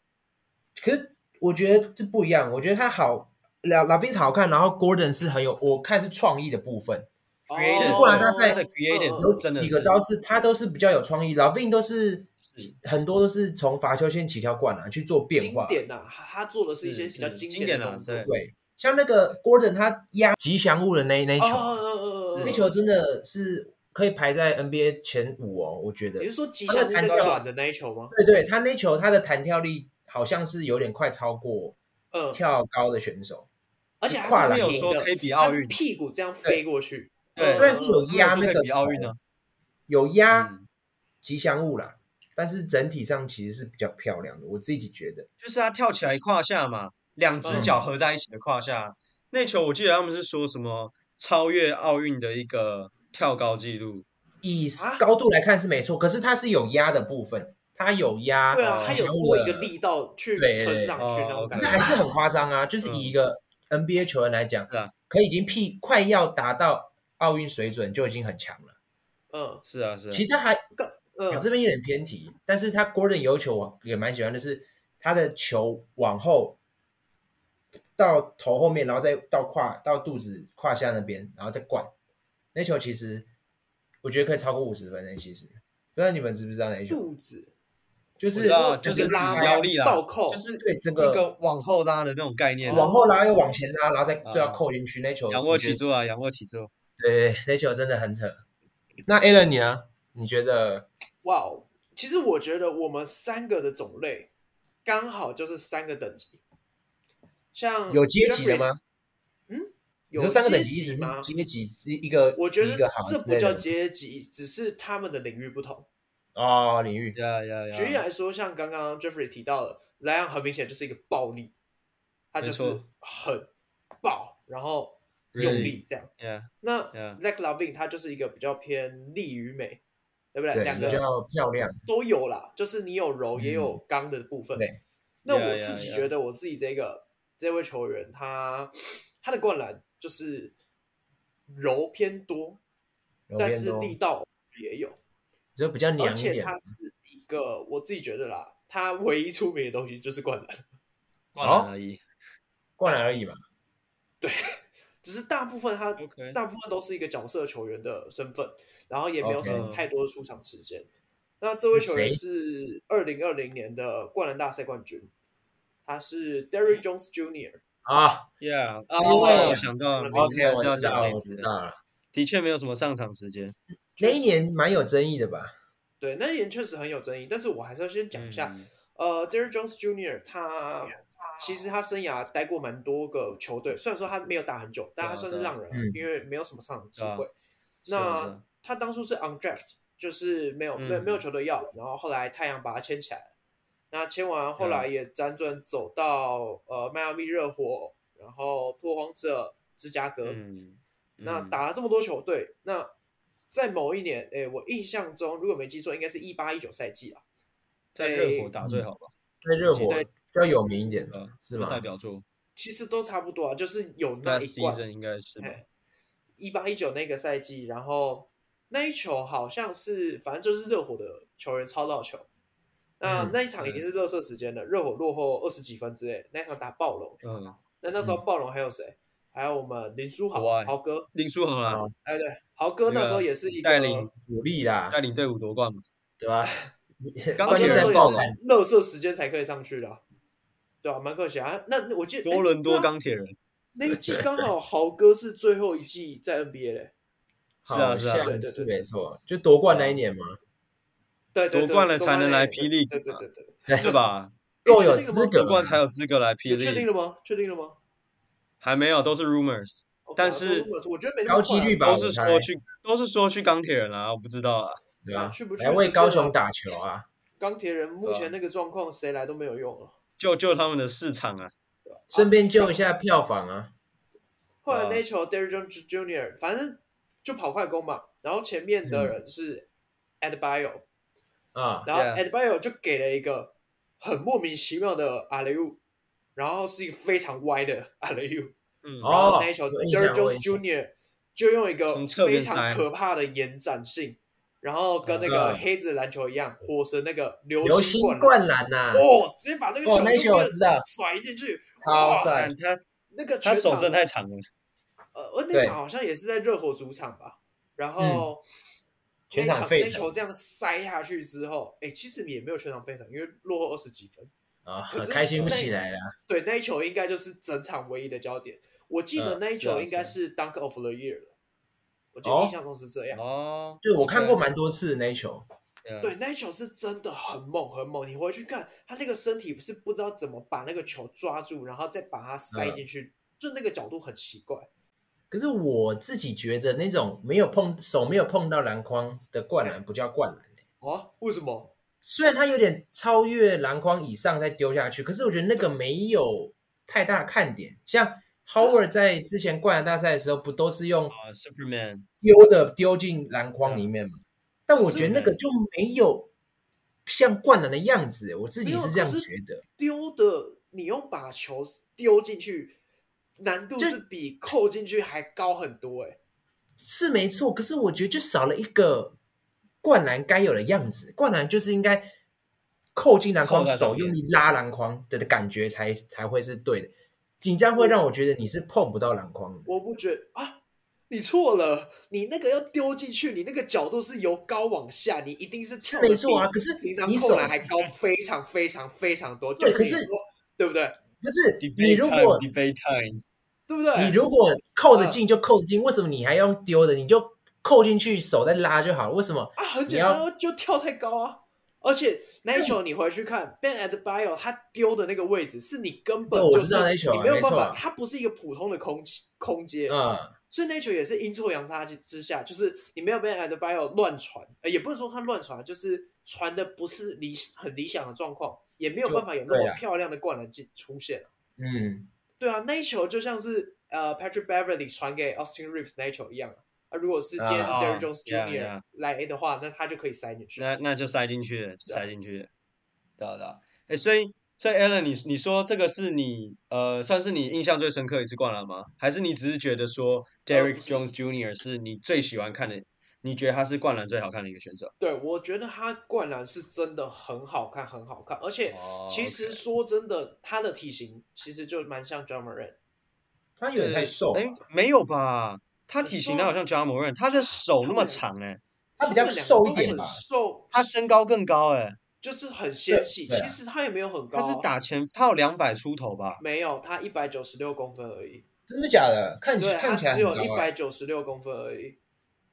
[SPEAKER 2] 可是我觉得这不一样，我觉得他好。老老兵好看，然后 Gordon 是很有，我看是创意的部分，
[SPEAKER 3] Creative
[SPEAKER 1] 哦
[SPEAKER 2] 就是灌篮大赛
[SPEAKER 3] 他的 creative
[SPEAKER 1] 嗯
[SPEAKER 2] 有
[SPEAKER 3] 哦真的
[SPEAKER 2] 几
[SPEAKER 3] 是
[SPEAKER 2] 个招式他都是比较有创意。老兵都是
[SPEAKER 3] 是
[SPEAKER 2] 很多都是从罚球线起跳灌篮去做变
[SPEAKER 1] 经
[SPEAKER 2] 化，
[SPEAKER 1] 典呐、他他做的是一些
[SPEAKER 3] 是
[SPEAKER 1] 比较
[SPEAKER 3] 是经
[SPEAKER 1] 典
[SPEAKER 3] 典
[SPEAKER 1] 的
[SPEAKER 3] 啊
[SPEAKER 1] 动作。
[SPEAKER 3] 对
[SPEAKER 2] 对，像那个 Gordon 他压吉祥物的那那一
[SPEAKER 1] 哦
[SPEAKER 2] 球，
[SPEAKER 1] 哦哦哦哦
[SPEAKER 2] 那
[SPEAKER 1] 哦，
[SPEAKER 2] 球真的是可以排在 NBA 前五哦，我觉得
[SPEAKER 1] 你。是说吉祥物在转的那一球吗？
[SPEAKER 2] 对对，他那球他的弹跳力好像是有点快超过
[SPEAKER 1] 嗯，
[SPEAKER 2] 跳高的选手，
[SPEAKER 1] 而且还
[SPEAKER 2] 跨
[SPEAKER 1] 是
[SPEAKER 2] 栏
[SPEAKER 3] 没有
[SPEAKER 1] 平
[SPEAKER 3] 说
[SPEAKER 1] 的
[SPEAKER 3] 可，以比
[SPEAKER 1] 他
[SPEAKER 3] 奥
[SPEAKER 1] 是
[SPEAKER 3] 运，
[SPEAKER 1] 屁股这样飞过去。
[SPEAKER 3] 对，
[SPEAKER 2] 虽然是有
[SPEAKER 3] 没
[SPEAKER 2] 压
[SPEAKER 3] 说
[SPEAKER 2] 那
[SPEAKER 3] 可以
[SPEAKER 2] 个嗯
[SPEAKER 3] 比奥运啊，
[SPEAKER 2] 有压
[SPEAKER 3] 嗯，
[SPEAKER 2] 吉祥物啦，但是整体上其实是比较漂亮的，我自己觉得。
[SPEAKER 3] 就是他跳起来胯下嘛，两只
[SPEAKER 2] 嗯
[SPEAKER 3] 脚合在一起的胯下，那球我记得他们是说什么超越奥运的一个跳高记录，
[SPEAKER 2] 以
[SPEAKER 1] 啊
[SPEAKER 2] 高度来看是没错，可是它是有压的部分，它有压，呃
[SPEAKER 1] 对啊，
[SPEAKER 2] 吉
[SPEAKER 1] 他有
[SPEAKER 2] 祥物
[SPEAKER 1] 过一
[SPEAKER 2] 的
[SPEAKER 1] 个力道去
[SPEAKER 2] 对
[SPEAKER 1] 撑上去
[SPEAKER 3] 哦
[SPEAKER 1] 那种
[SPEAKER 2] 可
[SPEAKER 1] 感
[SPEAKER 2] 是
[SPEAKER 1] 觉。
[SPEAKER 2] 还是很夸张啊！就是
[SPEAKER 1] 嗯
[SPEAKER 2] 以一个 NBA 球员来讲，
[SPEAKER 3] 是啊
[SPEAKER 2] 可以已经屁快要达到奥运水准就已经很强了。
[SPEAKER 1] 嗯
[SPEAKER 3] 是啊是啊
[SPEAKER 2] 其，实他还
[SPEAKER 1] 嗯，
[SPEAKER 2] 这边有点偏题，但是他 Gordon 有球我也蛮喜欢的是，他的球往后到头后面，然后再到胯到肚子胯下那边，然后再灌那球，其实我觉得可以超过五十分的。其实不知道你们知不知道那一球，
[SPEAKER 1] 肚子
[SPEAKER 2] 就
[SPEAKER 3] 我
[SPEAKER 2] 是
[SPEAKER 3] 知道
[SPEAKER 1] 就
[SPEAKER 3] 就是是
[SPEAKER 1] 拉
[SPEAKER 3] 指腰力啦，
[SPEAKER 1] 倒扣
[SPEAKER 3] 就是
[SPEAKER 2] 对整
[SPEAKER 3] 一
[SPEAKER 2] 哦个
[SPEAKER 3] 个往后拉的那种概念啊，
[SPEAKER 2] 往后拉又往前拉，然后再
[SPEAKER 3] 啊
[SPEAKER 2] 就要扣进去那球。
[SPEAKER 3] 仰卧
[SPEAKER 2] 我觉
[SPEAKER 3] 起
[SPEAKER 2] 得
[SPEAKER 3] 坐啊，仰卧起坐。
[SPEAKER 2] 对，那球真的很扯。那 a l n 你呢？你觉得？
[SPEAKER 1] 哇哦！其实我觉得我们三个的种类刚好就是三个等级，像
[SPEAKER 2] 有阶级的
[SPEAKER 1] 嗯 Jeffrey-
[SPEAKER 2] 吗？你
[SPEAKER 1] 有
[SPEAKER 2] 说三个等级
[SPEAKER 1] 阶
[SPEAKER 2] 意思
[SPEAKER 1] 吗
[SPEAKER 2] 是？阶级是一个，
[SPEAKER 1] 我觉
[SPEAKER 2] 一
[SPEAKER 1] 得
[SPEAKER 2] 个行
[SPEAKER 1] 这
[SPEAKER 2] 之
[SPEAKER 1] 不
[SPEAKER 2] 类
[SPEAKER 1] 叫
[SPEAKER 2] 的
[SPEAKER 1] 阶级，只是他们的领域不同。
[SPEAKER 2] 哦领域。
[SPEAKER 3] 呀呀
[SPEAKER 1] 举例
[SPEAKER 3] 呀！
[SPEAKER 1] 来说，像刚刚 Jeffrey 提到的，莱昂很明显就是一个暴力，他
[SPEAKER 3] 没
[SPEAKER 1] 就是
[SPEAKER 3] 错
[SPEAKER 1] 很暴，然后
[SPEAKER 2] 嗯
[SPEAKER 1] 用
[SPEAKER 3] Really
[SPEAKER 1] 力这样。
[SPEAKER 3] Yeah，
[SPEAKER 1] 那
[SPEAKER 2] 啊
[SPEAKER 3] Yeah
[SPEAKER 1] Zach Lavin 他就是一个比较偏力与美，对不对？
[SPEAKER 2] 对，
[SPEAKER 1] 两
[SPEAKER 2] 比
[SPEAKER 1] 个
[SPEAKER 2] 较漂亮。
[SPEAKER 1] 都有啦，就是你有柔也有刚的部分。
[SPEAKER 2] 嗯对
[SPEAKER 1] 那
[SPEAKER 3] Yeah,
[SPEAKER 1] 我
[SPEAKER 3] yeah,
[SPEAKER 1] 自己
[SPEAKER 3] yeah
[SPEAKER 1] 觉得，我自己这个这位球员他他的灌篮就是柔偏多，
[SPEAKER 2] 柔
[SPEAKER 1] 但
[SPEAKER 2] 偏
[SPEAKER 1] 是
[SPEAKER 2] 多
[SPEAKER 1] 力道也有。
[SPEAKER 2] 就比较娘
[SPEAKER 1] 而
[SPEAKER 2] 一
[SPEAKER 1] 且
[SPEAKER 2] 点
[SPEAKER 1] 他。是一个，我自己觉得啦，他唯一出名的东西就是灌篮，
[SPEAKER 3] 灌篮而已。
[SPEAKER 2] 灌篮而已嘛。
[SPEAKER 1] 只是大部分他
[SPEAKER 3] OK，
[SPEAKER 1] 大部分都是一个角色球员的身份，然后也没有什么
[SPEAKER 3] OK
[SPEAKER 1] 太多的出场时间。那这位球员
[SPEAKER 2] 谁
[SPEAKER 1] 是二零二零年的灌篮大赛冠军，他是 Derry Jones Jr.
[SPEAKER 2] 啊
[SPEAKER 3] ，Yeah，
[SPEAKER 1] 啊
[SPEAKER 3] 因为
[SPEAKER 2] 我
[SPEAKER 3] 我想
[SPEAKER 1] 我
[SPEAKER 3] 到你
[SPEAKER 1] 明
[SPEAKER 3] 应该
[SPEAKER 2] ，OK，
[SPEAKER 3] 是
[SPEAKER 2] 我
[SPEAKER 3] 要
[SPEAKER 2] 知
[SPEAKER 3] 讲
[SPEAKER 2] 道，
[SPEAKER 3] 那
[SPEAKER 2] 我
[SPEAKER 3] 次
[SPEAKER 2] 知
[SPEAKER 3] 的，
[SPEAKER 2] 道了。
[SPEAKER 3] 的确没有什么上场时间。
[SPEAKER 2] 那一年蛮有争议的吧？
[SPEAKER 1] 对，那一年确实很有争议，但是我还是要先讲一下，
[SPEAKER 3] 嗯
[SPEAKER 1] 呃，Derry Jones Jr. 他其实他生涯待过蛮多个球队，虽然说他没有打很久，但他算是让人啊
[SPEAKER 2] 嗯，
[SPEAKER 1] 因为没有什么上场机
[SPEAKER 3] 对啊
[SPEAKER 1] 会。
[SPEAKER 3] 是
[SPEAKER 1] 那
[SPEAKER 3] 啊是啊
[SPEAKER 1] 他当初是 on draft，就是没有没有
[SPEAKER 3] 嗯
[SPEAKER 1] 没有球队要，然后后来太阳把他签起来了，那签完后
[SPEAKER 3] 嗯
[SPEAKER 1] 来也辗转走到呃迈阿密热火，然后拓荒者、芝加哥，
[SPEAKER 3] 嗯，
[SPEAKER 2] 呃
[SPEAKER 1] 那
[SPEAKER 3] 嗯
[SPEAKER 1] 打了这么多球队，那在某一年，诶，我印象中如果没记错，应该是一八一九赛季啊，
[SPEAKER 3] 在热火打最好吧，
[SPEAKER 2] 在热火
[SPEAKER 1] 对
[SPEAKER 2] 比较有名一点
[SPEAKER 3] 对
[SPEAKER 2] 的
[SPEAKER 3] 吧，
[SPEAKER 2] 嗯是吗？
[SPEAKER 3] 代表作
[SPEAKER 1] 其实都差不多啊，就是有那
[SPEAKER 3] Last
[SPEAKER 1] 一冠
[SPEAKER 3] season 应该是吧。
[SPEAKER 1] 一八一九那个赛季，然后那一球好像是反正就是热火的球员抄到球，那
[SPEAKER 2] 嗯
[SPEAKER 1] 那一场已经是热射时间了，热火落后二十几分之类，那一场打暴龙，
[SPEAKER 3] 嗯，
[SPEAKER 1] 那那时候暴龙还有谁？还有我们林书豪
[SPEAKER 3] 国外
[SPEAKER 1] 豪哥，
[SPEAKER 3] 林书豪啦
[SPEAKER 2] 好，
[SPEAKER 1] 哎对，豪哥
[SPEAKER 3] 那个
[SPEAKER 1] 那时候也是一个
[SPEAKER 3] 带领
[SPEAKER 2] 努力啦，
[SPEAKER 3] 带领队伍夺冠嘛。
[SPEAKER 2] 对吧？
[SPEAKER 1] 他
[SPEAKER 3] 刚
[SPEAKER 2] 关
[SPEAKER 1] 那
[SPEAKER 2] 键
[SPEAKER 1] 时
[SPEAKER 2] 在
[SPEAKER 1] 候
[SPEAKER 2] 爆
[SPEAKER 1] 也
[SPEAKER 2] 满
[SPEAKER 1] 是热射时间才可以上去的啊、对啊，蛮可惜啊。那那我记得
[SPEAKER 3] 多伦
[SPEAKER 1] 哎
[SPEAKER 3] 多
[SPEAKER 1] 对啊
[SPEAKER 3] 钢铁人
[SPEAKER 1] 那一季刚好豪哥是最后一季在 NBA 嘞，
[SPEAKER 3] 是啊
[SPEAKER 2] 好
[SPEAKER 3] 是啊
[SPEAKER 2] 像
[SPEAKER 1] 对对对
[SPEAKER 2] 是没错，就夺冠那一年嘛，
[SPEAKER 1] 对对对，
[SPEAKER 3] 夺冠了才能来
[SPEAKER 1] 对
[SPEAKER 3] P League
[SPEAKER 1] 对对对对对，
[SPEAKER 3] 对吧？
[SPEAKER 2] 够有资
[SPEAKER 3] 夺
[SPEAKER 2] 格
[SPEAKER 3] 冠才有资格来霹
[SPEAKER 1] 有确定
[SPEAKER 3] 雳，
[SPEAKER 1] 了吗？确定了吗？
[SPEAKER 3] 还没有，都是 rumors，
[SPEAKER 1] OK，
[SPEAKER 3] 但
[SPEAKER 1] 啊
[SPEAKER 3] 是
[SPEAKER 1] 都我觉得没那么
[SPEAKER 2] 高几率
[SPEAKER 1] 吧，
[SPEAKER 2] 吧，
[SPEAKER 3] 都
[SPEAKER 2] 我
[SPEAKER 3] 是
[SPEAKER 2] 猜
[SPEAKER 3] 说去都是说去钢铁人啦，我不知道啊。
[SPEAKER 2] 对吧
[SPEAKER 1] 去不去
[SPEAKER 2] 来为
[SPEAKER 1] 是
[SPEAKER 2] 高
[SPEAKER 1] 真的
[SPEAKER 2] 雄打球啊，
[SPEAKER 1] 钢铁人目
[SPEAKER 3] 对啊
[SPEAKER 1] 前那个状况，谁来都没有用啊了。
[SPEAKER 3] 救救他们的市场啊！
[SPEAKER 2] 顺便救一下票房啊。
[SPEAKER 1] 后来
[SPEAKER 3] 啊
[SPEAKER 1] 那一球 Derrick Jones Jr. 反正就跑快攻嘛，然后前面
[SPEAKER 2] 嗯
[SPEAKER 1] 的人是 Adbio，、
[SPEAKER 2] 啊，
[SPEAKER 1] 然后
[SPEAKER 3] Yeah
[SPEAKER 1] Adbio 就给了一个很莫名其妙的阿雷乌，然后是一个非常歪的阿雷乌，
[SPEAKER 3] 嗯，
[SPEAKER 1] 然后
[SPEAKER 2] 哦
[SPEAKER 1] 那一球
[SPEAKER 2] 有印象
[SPEAKER 1] Derrick
[SPEAKER 2] 我
[SPEAKER 1] Jones
[SPEAKER 2] 印象
[SPEAKER 1] Jr. 就用一个
[SPEAKER 3] 从侧
[SPEAKER 1] 非
[SPEAKER 3] 边
[SPEAKER 1] 常
[SPEAKER 3] 塞
[SPEAKER 1] 可怕的延展性，然后跟那个
[SPEAKER 2] 嗯
[SPEAKER 1] 黑子的篮球一样，火神那个流
[SPEAKER 2] 流
[SPEAKER 1] 星
[SPEAKER 2] 星
[SPEAKER 1] 灌篮
[SPEAKER 2] 灌篮呐，
[SPEAKER 1] 哦，直接把那个
[SPEAKER 2] 啊哦
[SPEAKER 1] 球
[SPEAKER 2] 那一球我知道
[SPEAKER 1] 甩进去，
[SPEAKER 2] 超
[SPEAKER 1] 哇
[SPEAKER 2] 帅
[SPEAKER 3] 但！他
[SPEAKER 1] 那个
[SPEAKER 3] 他
[SPEAKER 1] 全
[SPEAKER 3] 手
[SPEAKER 1] 场
[SPEAKER 3] 真的太长了，
[SPEAKER 1] 呃，而那
[SPEAKER 2] 对嗯
[SPEAKER 1] 场好像也是在热火主场吧，然后、
[SPEAKER 2] 全
[SPEAKER 1] 那
[SPEAKER 2] 场
[SPEAKER 1] 场
[SPEAKER 2] 沸
[SPEAKER 1] 那
[SPEAKER 2] 腾
[SPEAKER 1] 球这样塞下去之后，哎，其实也没有全场沸腾，因为落后二十几分。
[SPEAKER 2] 啊
[SPEAKER 1] 可，是
[SPEAKER 2] 开心不起来啊了。
[SPEAKER 1] 对，那一球应该就是整场唯一的焦点。我记得
[SPEAKER 2] 嗯
[SPEAKER 1] 那一
[SPEAKER 3] 是啊
[SPEAKER 1] 球应该是 Dunk of the Year 了，我记得
[SPEAKER 2] 哦
[SPEAKER 1] 印象中是这样。
[SPEAKER 3] 哦，
[SPEAKER 2] 对，我看过蛮多次那一球，
[SPEAKER 3] 对啊
[SPEAKER 1] 对，那一球是真的很猛很猛，你回去看他那个身体是不知道怎么把那个球抓住，然后再把它塞
[SPEAKER 2] 嗯
[SPEAKER 1] 进去，就那个角度很奇怪。
[SPEAKER 2] 可是我自己觉得那种没有碰手没有碰到篮筐的灌篮不叫灌篮、欸
[SPEAKER 1] 啊？为什么？
[SPEAKER 2] 虽然它有点超越篮筐以上再丢下去，可是我觉得那个没有太大的看点。像 Howard 在之前灌篮大赛的时候，不都是用
[SPEAKER 3] 啊，Superman，
[SPEAKER 2] 丢的丢进篮筐里面吗？但我觉得那个就没有像灌篮的样子、欸我自己是这样觉得。
[SPEAKER 1] 丢的你用把球丢进去，难度
[SPEAKER 2] 这
[SPEAKER 1] 是比扣进去还高很多哎、
[SPEAKER 2] 是没错，可是我觉得就少了一个灌篮该有的样子。灌篮就是应该扣进篮筐
[SPEAKER 3] 扣，在上
[SPEAKER 2] 手
[SPEAKER 3] 面
[SPEAKER 2] 用力拉篮筐的的感觉才才会是对的。紧张会让我觉得你是碰不到篮筐的。
[SPEAKER 1] 我不觉得啊，你错了，你那个要丢进去，你那个角度是由高往下，你一定是
[SPEAKER 2] 是
[SPEAKER 1] 跳得
[SPEAKER 2] 没错啊，
[SPEAKER 1] 比
[SPEAKER 2] 可是
[SPEAKER 1] 平常
[SPEAKER 2] 你手
[SPEAKER 1] 扣篮还高非常非常非常多，就
[SPEAKER 2] 对可
[SPEAKER 1] 你
[SPEAKER 2] 是
[SPEAKER 1] 说对不对？
[SPEAKER 2] 不是
[SPEAKER 3] debate
[SPEAKER 2] 你如果
[SPEAKER 3] time, debate time，
[SPEAKER 1] 对不对？嗯
[SPEAKER 2] 你如果扣得进就扣得进，为什么你还要用丢的？你就扣进去手再拉就好了。为什么？
[SPEAKER 1] 啊，很
[SPEAKER 2] 你
[SPEAKER 1] 简
[SPEAKER 2] 要
[SPEAKER 1] 单啊，就跳太高啊。而且那一球你回去看 Ben at Bio 他丢的那个位置，是你根本
[SPEAKER 2] 对我
[SPEAKER 1] 就
[SPEAKER 2] 知
[SPEAKER 1] 是
[SPEAKER 2] 道那一球啊
[SPEAKER 1] 你没有
[SPEAKER 2] 没
[SPEAKER 1] 办
[SPEAKER 2] 错
[SPEAKER 1] 法
[SPEAKER 2] 啊，
[SPEAKER 1] 它不是一个普通的空气空接，
[SPEAKER 2] 嗯，
[SPEAKER 1] 所以那一球也是阴错阳差之下，就是你没有 Ben at Bio 乱传，呃，也不是说他乱传，就是传的不是理很理想的状况，也没有
[SPEAKER 2] 就
[SPEAKER 1] 办法有那
[SPEAKER 2] 对
[SPEAKER 1] 么
[SPEAKER 2] 啊
[SPEAKER 1] 漂亮的灌篮进出现。
[SPEAKER 2] 嗯，
[SPEAKER 1] 对啊，那一球就像是呃 Patrick Beverly 传给 Austin Reeves 那一球一样啊。啊，如果是今天是
[SPEAKER 2] 啊
[SPEAKER 1] Derrick Jones
[SPEAKER 3] 哦 yeah,
[SPEAKER 1] Jr.
[SPEAKER 3] yeah
[SPEAKER 1] 来的话，那他就可以塞进去。
[SPEAKER 3] 那那就塞进去了，就
[SPEAKER 1] 对啊
[SPEAKER 3] 塞进去了，对啊对啊。哎，所以所以 Alan，你你说这个是你呃，算是你印象最深刻一次灌篮吗？还是你只是觉得说 Derrick
[SPEAKER 1] 呃不是
[SPEAKER 3] Jones Jr. 是你最喜欢看的，你觉得他是灌篮最好看的一个选手？
[SPEAKER 1] 对，我觉得他灌篮是真的很好看，很好看。而且
[SPEAKER 3] 哦
[SPEAKER 1] 其实
[SPEAKER 3] ，OK
[SPEAKER 1] 说真的，他的体型其实就蛮像 j a m a r a n
[SPEAKER 2] 他有点太瘦
[SPEAKER 1] 哦
[SPEAKER 2] 了
[SPEAKER 3] 哎，，没有吧？他体型哪有
[SPEAKER 1] 瘦
[SPEAKER 3] 像 j a m o r a n 他的手
[SPEAKER 1] 他
[SPEAKER 3] 那么
[SPEAKER 1] 们
[SPEAKER 3] 长哎、
[SPEAKER 2] 他比较瘦一点吧。
[SPEAKER 1] 瘦，
[SPEAKER 3] 他身高更高哎、
[SPEAKER 1] 就是很纤细。
[SPEAKER 2] 对啊
[SPEAKER 1] 其实他也没有很高
[SPEAKER 3] 他
[SPEAKER 1] 啊，
[SPEAKER 3] 是打前他有两百出头吧？
[SPEAKER 1] 没有，他一百九十六公分而已。
[SPEAKER 2] 真的假的？看起
[SPEAKER 1] 对，他
[SPEAKER 2] 看起来
[SPEAKER 1] 只
[SPEAKER 2] 很
[SPEAKER 1] 有
[SPEAKER 2] 高
[SPEAKER 1] 一
[SPEAKER 2] 啊
[SPEAKER 1] 百九十六公分而已。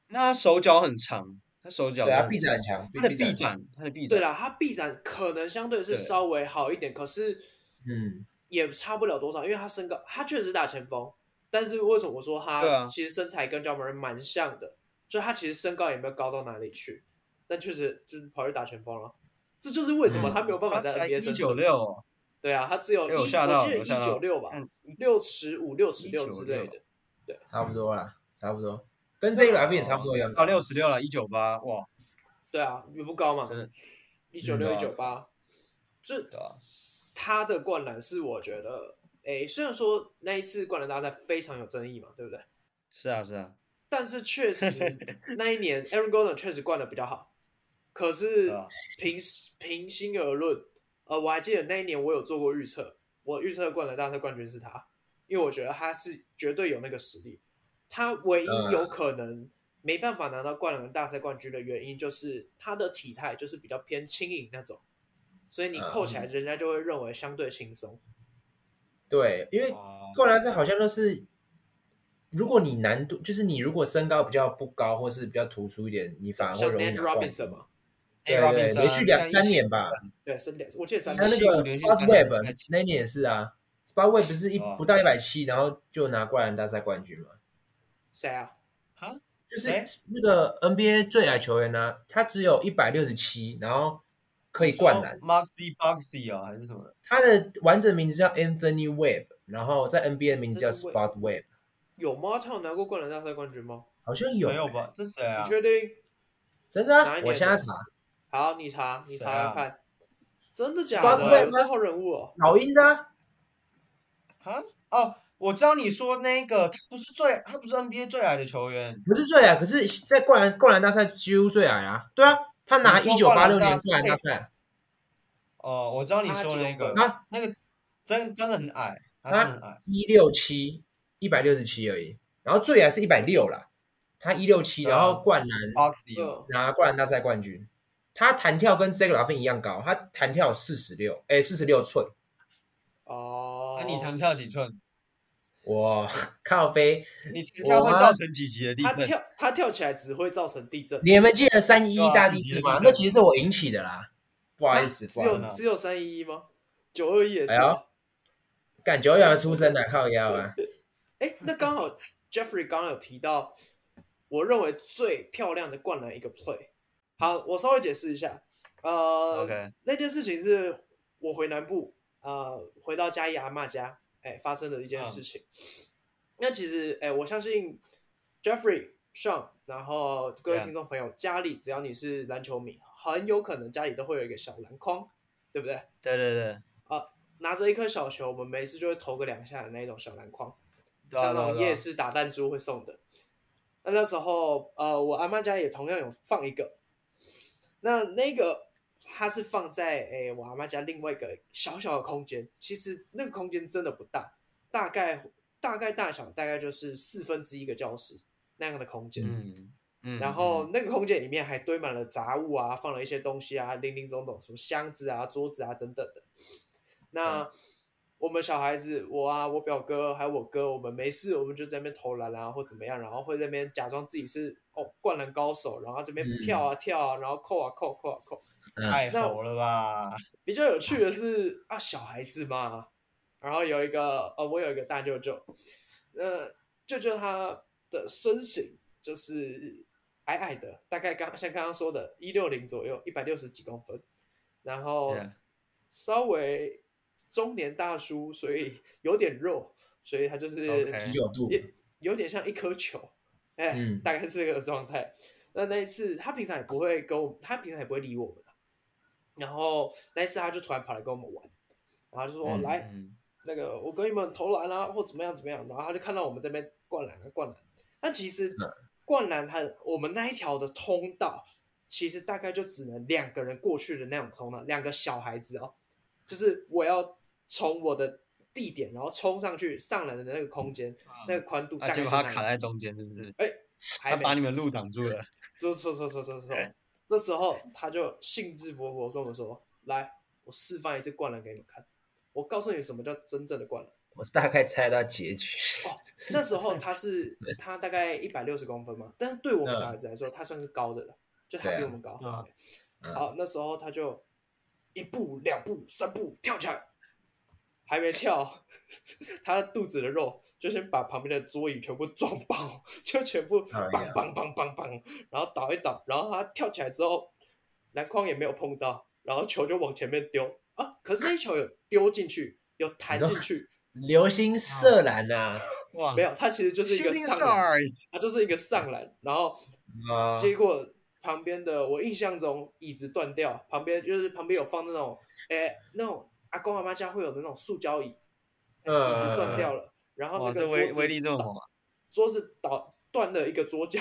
[SPEAKER 3] 那他手脚很长，他手脚
[SPEAKER 2] 对啊，
[SPEAKER 3] 都很
[SPEAKER 2] 臂展很强，
[SPEAKER 3] 他的臂
[SPEAKER 2] 很强，
[SPEAKER 3] 展，他的臂
[SPEAKER 1] 对
[SPEAKER 3] 展，
[SPEAKER 1] 啦，他臂展可能相对是
[SPEAKER 3] 对
[SPEAKER 1] 稍微好一点，可是
[SPEAKER 2] 嗯，
[SPEAKER 1] 也差不了多少，因为他身高，他确实是打前锋，但是为什么我说
[SPEAKER 3] 对
[SPEAKER 1] 他
[SPEAKER 3] 啊
[SPEAKER 1] 其实身材跟 j a m a r 蛮像的？就他其实身高也没有高到哪里去，但确实就是跑去打前锋了。这就是为什么
[SPEAKER 2] 嗯
[SPEAKER 1] 他没有办法在
[SPEAKER 3] 他才
[SPEAKER 1] NBA
[SPEAKER 3] 一
[SPEAKER 1] 生
[SPEAKER 3] 九
[SPEAKER 1] 存。
[SPEAKER 3] 六，
[SPEAKER 1] 对啊，他只有一，
[SPEAKER 3] 哎我
[SPEAKER 1] 我记
[SPEAKER 3] 吓到
[SPEAKER 1] 得
[SPEAKER 3] 我
[SPEAKER 1] 一
[SPEAKER 3] 吓到嗯
[SPEAKER 1] 九六吧，
[SPEAKER 3] 看
[SPEAKER 1] 六尺五、六尺六
[SPEAKER 3] 196
[SPEAKER 1] 之类的。
[SPEAKER 2] 差不多啦，差不多，跟这个来宾也差不多一
[SPEAKER 1] 哦
[SPEAKER 2] 样
[SPEAKER 3] 到
[SPEAKER 2] 高。
[SPEAKER 3] 六十六了，一九八，哇，
[SPEAKER 1] 对啊，也不高嘛，
[SPEAKER 3] 真的
[SPEAKER 1] 一九六、一
[SPEAKER 3] 嗯
[SPEAKER 1] 九八，这
[SPEAKER 3] 对啊，
[SPEAKER 1] 他的灌篮是我觉得，诶，虽然说那一次灌篮大赛非常有争议嘛，对不对？
[SPEAKER 3] 是啊是啊，
[SPEAKER 1] 但是确 实那一年 Aaron Gordon 确实灌的比较好，可是
[SPEAKER 3] 对啊
[SPEAKER 1] 平平心而论，呃，我还记得那一年我有做过预测，我预测灌篮大赛冠军是他，因为我觉得他是绝对有那个实力。他唯一
[SPEAKER 2] 嗯
[SPEAKER 1] 有可能没办法拿到灌篮大赛冠军的原因，就是他的体态就是比较偏轻盈那种，所以你扣
[SPEAKER 2] 嗯
[SPEAKER 1] 起来，人家就会认为相对轻松。
[SPEAKER 2] 对，因
[SPEAKER 1] 哦
[SPEAKER 2] 为
[SPEAKER 1] 啊
[SPEAKER 3] 哇
[SPEAKER 2] 灌篮这好像都是，如果你难度就是你如果身高比较不高，或是比较突出一点，你反而会
[SPEAKER 1] 像
[SPEAKER 2] 容易
[SPEAKER 1] Nate
[SPEAKER 2] 拿冠
[SPEAKER 1] Robinson
[SPEAKER 2] 军。
[SPEAKER 1] 嘛，
[SPEAKER 2] 对对，
[SPEAKER 3] 啊
[SPEAKER 2] 连续两三年吧。
[SPEAKER 1] 对，是两，我记得三
[SPEAKER 2] 他那
[SPEAKER 1] 年。
[SPEAKER 2] 个
[SPEAKER 3] 连续
[SPEAKER 2] Spot
[SPEAKER 3] 三年连续
[SPEAKER 2] Web
[SPEAKER 3] 三
[SPEAKER 2] 那一年也是啊，Spot Web 不是一
[SPEAKER 3] 哦
[SPEAKER 2] 不到一百七，然后就拿灌篮大赛冠军嘛。
[SPEAKER 1] 谁啊？
[SPEAKER 3] 啊，
[SPEAKER 2] 就是
[SPEAKER 3] 哎
[SPEAKER 2] 那个 NBA 最矮球员呢、他只有一百六十七，然后可以灌
[SPEAKER 3] 哦
[SPEAKER 2] 篮。
[SPEAKER 3] Moxie Boxy 啊，还是什么的？
[SPEAKER 2] 他的完整名字叫 Anthony Webb，然后在 NBA 的名字叫
[SPEAKER 1] Anthony
[SPEAKER 2] Spot Webb，
[SPEAKER 1] 有吗？他有拿过灌篮大赛冠军吗？
[SPEAKER 2] 好像有、
[SPEAKER 3] 没有吧？？这谁啊
[SPEAKER 1] 你？确定？
[SPEAKER 2] 真的、
[SPEAKER 1] 哪一
[SPEAKER 2] 啊
[SPEAKER 1] 年，的
[SPEAKER 2] 我现在查
[SPEAKER 1] 好，你查，你查
[SPEAKER 3] 谁啊
[SPEAKER 1] 查看，真的假
[SPEAKER 2] Spotlight 吗
[SPEAKER 1] 的？有这号人物哦。
[SPEAKER 2] 老鹰的、啊，
[SPEAKER 3] 啊？哦，我知道你说那个，他不是最，他不是 NBA 最矮的球员。
[SPEAKER 2] 不是最矮，可是在灌篮灌篮大赛几乎最矮啊。对啊，他拿
[SPEAKER 3] 你
[SPEAKER 2] 一
[SPEAKER 3] 说
[SPEAKER 2] 九八
[SPEAKER 3] 灌
[SPEAKER 2] 六
[SPEAKER 3] 篮大
[SPEAKER 2] 年
[SPEAKER 3] 赛
[SPEAKER 2] 灌篮大赛，
[SPEAKER 3] 哦，我知道你
[SPEAKER 1] 他
[SPEAKER 3] 说
[SPEAKER 1] 几
[SPEAKER 3] 那
[SPEAKER 1] 公
[SPEAKER 3] 个，
[SPEAKER 1] 分
[SPEAKER 2] 啊
[SPEAKER 3] 那个真真的很矮，他
[SPEAKER 2] 他
[SPEAKER 3] 真的很矮。
[SPEAKER 2] 一六七一百六十七而已，然后最矮是一百六啦，他一六七，
[SPEAKER 3] 对啊
[SPEAKER 2] 然后灌篮
[SPEAKER 3] Boxy
[SPEAKER 1] 嗯，
[SPEAKER 3] 啊
[SPEAKER 2] 拿灌篮大赛冠军。他弹跳跟 z a c 拉芬一样高，他弹跳四十六，哎，四十六寸。
[SPEAKER 1] 哦，
[SPEAKER 3] 那你弹跳几寸？
[SPEAKER 2] 哇，靠背！
[SPEAKER 3] 你弹跳会
[SPEAKER 2] 我啊
[SPEAKER 3] 造成几级的地
[SPEAKER 1] 他
[SPEAKER 3] 震？
[SPEAKER 1] 跳他跳起来只会造成地震，
[SPEAKER 2] 你有没有记得三一一
[SPEAKER 3] 对啊
[SPEAKER 2] 大
[SPEAKER 3] 紧
[SPEAKER 2] 地
[SPEAKER 3] 急
[SPEAKER 2] 震
[SPEAKER 3] 的
[SPEAKER 2] 吗
[SPEAKER 3] 地？震
[SPEAKER 2] 那其实是我引起的啦，不好意 思，
[SPEAKER 1] 啊只
[SPEAKER 2] 不好意
[SPEAKER 1] 有
[SPEAKER 2] 思，
[SPEAKER 3] 思
[SPEAKER 1] 只有三一一吗？九二一也是
[SPEAKER 2] 哎呦
[SPEAKER 1] 吗。
[SPEAKER 2] 干九远出生的靠腰啊，
[SPEAKER 1] 哎，那刚好 Jeffrey 刚刚有提到，我认为最漂亮的灌篮一个 play。好，我稍微解释一下。呃
[SPEAKER 3] OK
[SPEAKER 1] 那件事情是我回南部，呃，回到家义阿嬷家，哎，发生的一件事情。那其实，哎，我相信 Jeffrey、Sean，然后各位
[SPEAKER 3] Yeah
[SPEAKER 1] 听众朋友，家里只要你是篮球迷，很有可能家里都会有一个小篮筐，对不对？
[SPEAKER 3] 对对对，
[SPEAKER 1] 拿着一颗小球，我们每次就会投个两下的那种小篮筐。
[SPEAKER 3] 对啊
[SPEAKER 1] 像
[SPEAKER 3] 对
[SPEAKER 1] 那
[SPEAKER 3] 啊
[SPEAKER 1] 种
[SPEAKER 3] 对
[SPEAKER 1] 夜
[SPEAKER 3] 啊
[SPEAKER 1] 市打弹珠会送的。那那时候，呃，我阿妈家也同样有放一个，那那个它是放在诶、我阿妈家另外一个小小的空间，其实那个空间真的不大，大概大概大小大概就是四分之一个教室那样的空间。
[SPEAKER 3] 嗯嗯，
[SPEAKER 1] 然后那个空间里面还堆满了杂物啊，放了一些东西啊，零零总总，什么箱子啊、桌子啊等等的。那、我们小孩子，我啊，我表哥还有我哥，我们没事，我们就在那边投篮啊，或怎么样，然后会在那边假装自己是哦灌篮高手，然后这边
[SPEAKER 2] 嗯
[SPEAKER 1] 跳啊跳啊，然后扣啊扣扣啊扣。
[SPEAKER 3] 嗯太
[SPEAKER 1] 那
[SPEAKER 3] 火了吧？
[SPEAKER 1] 比较有趣的是啊，小孩子嘛，然后有一个呃，我有一个大舅舅，呃，舅舅他的身形就是矮矮的，大概刚像刚刚说的，一六零左右，一百六十几公分，然后
[SPEAKER 3] Yeah
[SPEAKER 1] 稍微中年大叔，所以有点肉，所以他就是
[SPEAKER 3] OK
[SPEAKER 2] 一九度，
[SPEAKER 1] 也有点像一颗球，哎、
[SPEAKER 2] 嗯
[SPEAKER 1] 大概是这个状态。那那一次，他平常也不会跟我，他平常也不会理我们啊然后那一次，他就突然跑来跟我们玩，然后就说：“
[SPEAKER 2] 嗯
[SPEAKER 1] 来，
[SPEAKER 3] 嗯
[SPEAKER 1] 那个我跟你们投篮啊，或怎么样怎么样。”然后他就看到我们这边灌篮啊灌篮。那其实
[SPEAKER 2] 嗯
[SPEAKER 1] 灌篮和我们那一条的通道，其实大概就只能两个人过去的那种通道，两个小孩子哦，就是我要从我的地点，然后冲上去上篮的那个空间，那个宽度大
[SPEAKER 3] 啊，
[SPEAKER 1] 概
[SPEAKER 3] 结
[SPEAKER 1] 就
[SPEAKER 3] 果
[SPEAKER 1] 那里
[SPEAKER 3] 他
[SPEAKER 1] 哎
[SPEAKER 3] 卡在中间，是不是？
[SPEAKER 1] 还
[SPEAKER 3] 他把
[SPEAKER 1] 没，
[SPEAKER 3] 你们路挡住了。
[SPEAKER 1] 就错错错错错。这时候他就兴致勃勃跟我们说：“来，我示范一次灌篮给你们看，我告诉你什么叫真正的灌篮。”
[SPEAKER 2] 我大概猜到结局。
[SPEAKER 1] 那时候他是他大概一百六十公分嘛，但是对我们
[SPEAKER 2] 嗯
[SPEAKER 1] 小孩子来说，他算是高的了，就他
[SPEAKER 2] 对啊
[SPEAKER 1] 比我们高。
[SPEAKER 3] 对啊
[SPEAKER 2] 嗯
[SPEAKER 1] 好，那时候他就一步、两步、三步跳起来，还没跳，他肚子的肉就先把旁边的桌椅全部撞爆，就全部
[SPEAKER 2] 哎呀
[SPEAKER 1] 梆梆梆梆梆，然后倒一倒，然后他跳起来之后，篮筐也没有碰到，然后球就往前面丢啊，可是那一球有丢进去，有弹
[SPEAKER 2] 你说
[SPEAKER 1] 进 去，
[SPEAKER 2] 流
[SPEAKER 3] 哦
[SPEAKER 2] 星射啊篮呐、
[SPEAKER 3] 哇
[SPEAKER 1] 没有，他其实就是一个
[SPEAKER 3] Shooting
[SPEAKER 1] 上篮。
[SPEAKER 3] Stars，
[SPEAKER 1] 他就是一个上篮，然后
[SPEAKER 2] 啊，
[SPEAKER 1] 结果旁边的我印象中椅子断掉，旁边就是旁边有放那种，哎、那种阿公阿妈家会有的那种塑胶椅，椅子断掉了，然后
[SPEAKER 3] 呃哇，
[SPEAKER 1] 那
[SPEAKER 3] 这
[SPEAKER 1] 个
[SPEAKER 3] 威
[SPEAKER 1] 桌子
[SPEAKER 3] 威力这么猛啊！
[SPEAKER 1] 桌子倒断了一个桌角，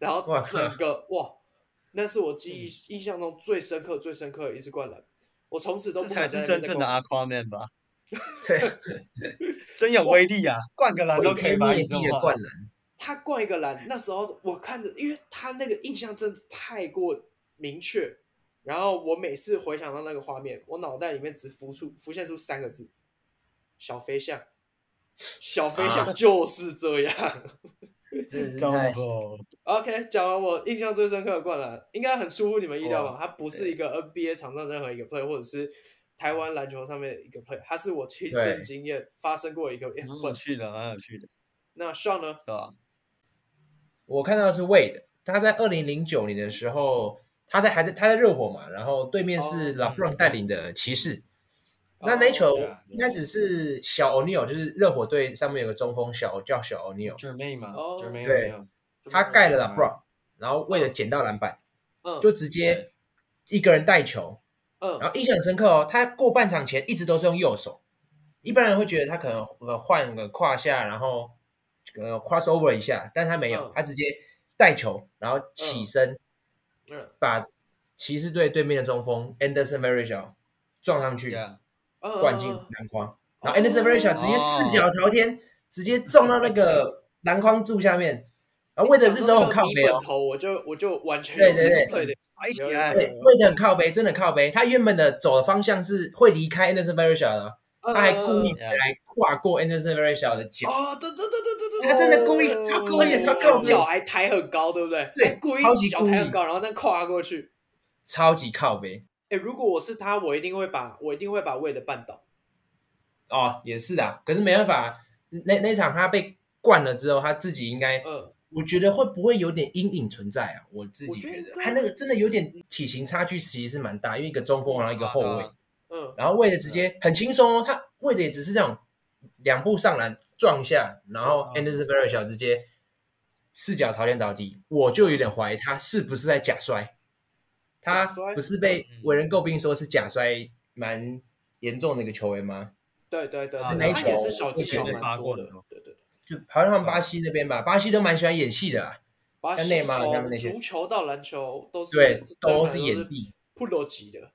[SPEAKER 1] 然后
[SPEAKER 2] 哇靠
[SPEAKER 1] 整个哇，那是我记
[SPEAKER 3] 嗯
[SPEAKER 1] 忆印象中最深刻、最深刻的一次灌篮，我从此都
[SPEAKER 3] 这
[SPEAKER 1] 不
[SPEAKER 3] 才
[SPEAKER 1] 敢在
[SPEAKER 3] 是
[SPEAKER 1] 那
[SPEAKER 3] 真
[SPEAKER 1] 边
[SPEAKER 3] 正
[SPEAKER 1] 再
[SPEAKER 3] 的
[SPEAKER 1] 灌
[SPEAKER 3] Aquaman 吧？
[SPEAKER 2] 对，
[SPEAKER 3] 真有威力啊！灌个篮都可以把
[SPEAKER 2] 毁
[SPEAKER 3] 你
[SPEAKER 2] 灭
[SPEAKER 3] 这种
[SPEAKER 2] 性的
[SPEAKER 3] 话
[SPEAKER 2] 灌篮，
[SPEAKER 1] 他灌一个篮，那时候我看着，因为他那个印象真的太过明确，然后我每次回想到那个画面，我脑袋里面只浮出浮现出三个字：小飞象。小飞象
[SPEAKER 2] 啊
[SPEAKER 1] 就是这样。
[SPEAKER 2] 真的是太
[SPEAKER 3] Jumbo
[SPEAKER 1] OK，讲完我印象最深刻的灌篮，应该很出乎你们意料吧
[SPEAKER 2] 哇？
[SPEAKER 1] 它不是一个 NBA 场上任何一个 play，或者是台湾篮球上面的一个 play，它是我亲身
[SPEAKER 2] 对嗯
[SPEAKER 1] 经验发生过一个 play
[SPEAKER 3] 蛮。有趣的，蛮有趣的，
[SPEAKER 1] 那 Sean 呢？
[SPEAKER 3] 对吧？
[SPEAKER 2] 我看到的是 Wade，他在二零零九年的时候他在还在他在热火嘛，然后对面
[SPEAKER 1] 哦
[SPEAKER 2] 是
[SPEAKER 1] 嗯
[SPEAKER 2] 拉布朗带领的骑士。
[SPEAKER 1] 哦
[SPEAKER 2] 那那一球
[SPEAKER 3] 对啊
[SPEAKER 2] 一开始是小欧尼尔，就是热火队上面有个中锋小叫小欧尼尔，
[SPEAKER 3] Jermaine 嘛
[SPEAKER 1] 哦
[SPEAKER 3] ，Jermaine
[SPEAKER 2] 对
[SPEAKER 3] O'Neal
[SPEAKER 2] 他盖了
[SPEAKER 3] 对啊哦
[SPEAKER 2] 拉布朗，然后为了捡到篮板，
[SPEAKER 1] 嗯
[SPEAKER 2] 就直接一个人带球，
[SPEAKER 1] 嗯
[SPEAKER 2] 然后印象很深刻哦。他过半场前一直都是用右手，一般人会觉得他可能呃换个胯下，然后呃 crossover 一下，但他没有，
[SPEAKER 1] 嗯
[SPEAKER 2] 他直接带球，然后起身、
[SPEAKER 1] 嗯
[SPEAKER 2] 把骑士队对面的中锋 Anderson v e r i s h a 撞上去，
[SPEAKER 3] Yeah，
[SPEAKER 1] 嗯
[SPEAKER 2] 灌进篮筐，然后 Anderson v e r i s h a 直接
[SPEAKER 3] 哦
[SPEAKER 2] 四脚朝天，直接撞到那个篮筐柱下面，然啊后为的这时候很靠
[SPEAKER 1] 米
[SPEAKER 2] 背哦
[SPEAKER 1] 粉。头，我就我就完全
[SPEAKER 2] 对对对
[SPEAKER 1] 对对，
[SPEAKER 3] 哎
[SPEAKER 1] 有
[SPEAKER 3] 呀
[SPEAKER 1] 有
[SPEAKER 2] 对，会的很靠背，真的很靠背。他原本的走的方向是会离开 Anderson v e r i s h a 的，
[SPEAKER 1] 他
[SPEAKER 2] 他还故意
[SPEAKER 3] 嗯嗯
[SPEAKER 2] 来跨过 Anderson v e r i s h a 的脚，
[SPEAKER 1] 呃哦，对对对对对对，
[SPEAKER 2] 他真的故意
[SPEAKER 1] 哦
[SPEAKER 2] 他故
[SPEAKER 1] 而
[SPEAKER 2] 意
[SPEAKER 1] 且
[SPEAKER 2] 他
[SPEAKER 1] 他
[SPEAKER 2] 告诉
[SPEAKER 1] 脚还抬很高，对不对？
[SPEAKER 2] 对
[SPEAKER 1] 他故意
[SPEAKER 2] 超级
[SPEAKER 1] 脚
[SPEAKER 2] 故意
[SPEAKER 1] 抬很高，然后再跨过去。
[SPEAKER 2] 超级靠背
[SPEAKER 1] 哎，如果我是他，我一定会把我一定会把魏的绊倒。
[SPEAKER 2] 哦，也是啦。可是没办法，那那场他被灌了之后，他自己应该，
[SPEAKER 1] 嗯，
[SPEAKER 2] 我觉得会不会有点阴影存在啊？我自己觉
[SPEAKER 1] 我
[SPEAKER 2] 得啊
[SPEAKER 1] 觉得
[SPEAKER 2] 他那个真的有点体型差距其实是蛮大，因为一个中锋，然后一个后卫，
[SPEAKER 1] 嗯，
[SPEAKER 2] 然后为了直接很轻松哦，他为的也只是这种两步上篮撞一下，然后
[SPEAKER 3] 嗯
[SPEAKER 2] Anderson v e r i s h a 直接四脚朝天倒地，我就有点怀疑他是不是在假摔，他
[SPEAKER 1] 假摔
[SPEAKER 2] 不是被为人诟病说是假摔蛮严重的一个球员吗？
[SPEAKER 1] 对对对
[SPEAKER 3] 啊
[SPEAKER 1] 对，
[SPEAKER 2] 那一
[SPEAKER 1] 他也
[SPEAKER 2] 球
[SPEAKER 1] 是小技
[SPEAKER 2] 我觉
[SPEAKER 1] 巧
[SPEAKER 2] 得
[SPEAKER 1] 蛮
[SPEAKER 3] 发
[SPEAKER 1] 多
[SPEAKER 3] 过
[SPEAKER 1] 的
[SPEAKER 3] 了，
[SPEAKER 1] 对对对。
[SPEAKER 2] 就好像他们巴西那边吧，巴西都蛮喜欢演戏的、啊，
[SPEAKER 1] 把
[SPEAKER 2] 像
[SPEAKER 1] 足
[SPEAKER 2] 内马尔他们那些
[SPEAKER 1] 球、足球到篮球都是
[SPEAKER 2] 对，
[SPEAKER 1] 都
[SPEAKER 2] 都是演技。
[SPEAKER 1] 不逻辑的。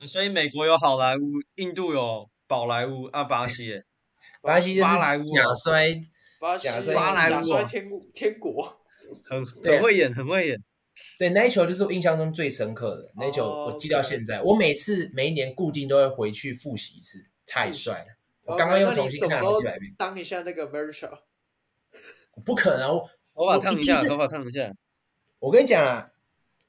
[SPEAKER 3] 所以美国有好莱坞，印度有宝莱坞，啊，巴西耶，
[SPEAKER 2] 巴西就是
[SPEAKER 3] 巴莱乌啊
[SPEAKER 2] 假摔，
[SPEAKER 1] 巴西
[SPEAKER 2] 假摔
[SPEAKER 1] 巴莱
[SPEAKER 3] 巴莱
[SPEAKER 1] 假
[SPEAKER 3] 乌
[SPEAKER 1] 摔
[SPEAKER 3] 啊
[SPEAKER 1] 天国天国，
[SPEAKER 3] 很
[SPEAKER 2] 对
[SPEAKER 3] 很会演，很会演。
[SPEAKER 2] 对，那一球就是我印象中最深刻的，那一球
[SPEAKER 1] 哦
[SPEAKER 2] 我记到现在。我每次每一年固定都会回去复习一次，太帅了！我刚刚又
[SPEAKER 1] 哦呃那
[SPEAKER 2] 重
[SPEAKER 1] 你
[SPEAKER 2] 新
[SPEAKER 1] 什么
[SPEAKER 2] 看
[SPEAKER 1] 时
[SPEAKER 2] 了好
[SPEAKER 1] 候
[SPEAKER 2] 几百遍，
[SPEAKER 1] 当一下那个 Virtual？
[SPEAKER 2] 不可能！啊我
[SPEAKER 3] 头
[SPEAKER 2] 我
[SPEAKER 3] 发
[SPEAKER 2] 一
[SPEAKER 3] 烫一
[SPEAKER 2] 定
[SPEAKER 3] 下，
[SPEAKER 2] 是
[SPEAKER 3] 头发烫一下。
[SPEAKER 2] 我跟你讲啊，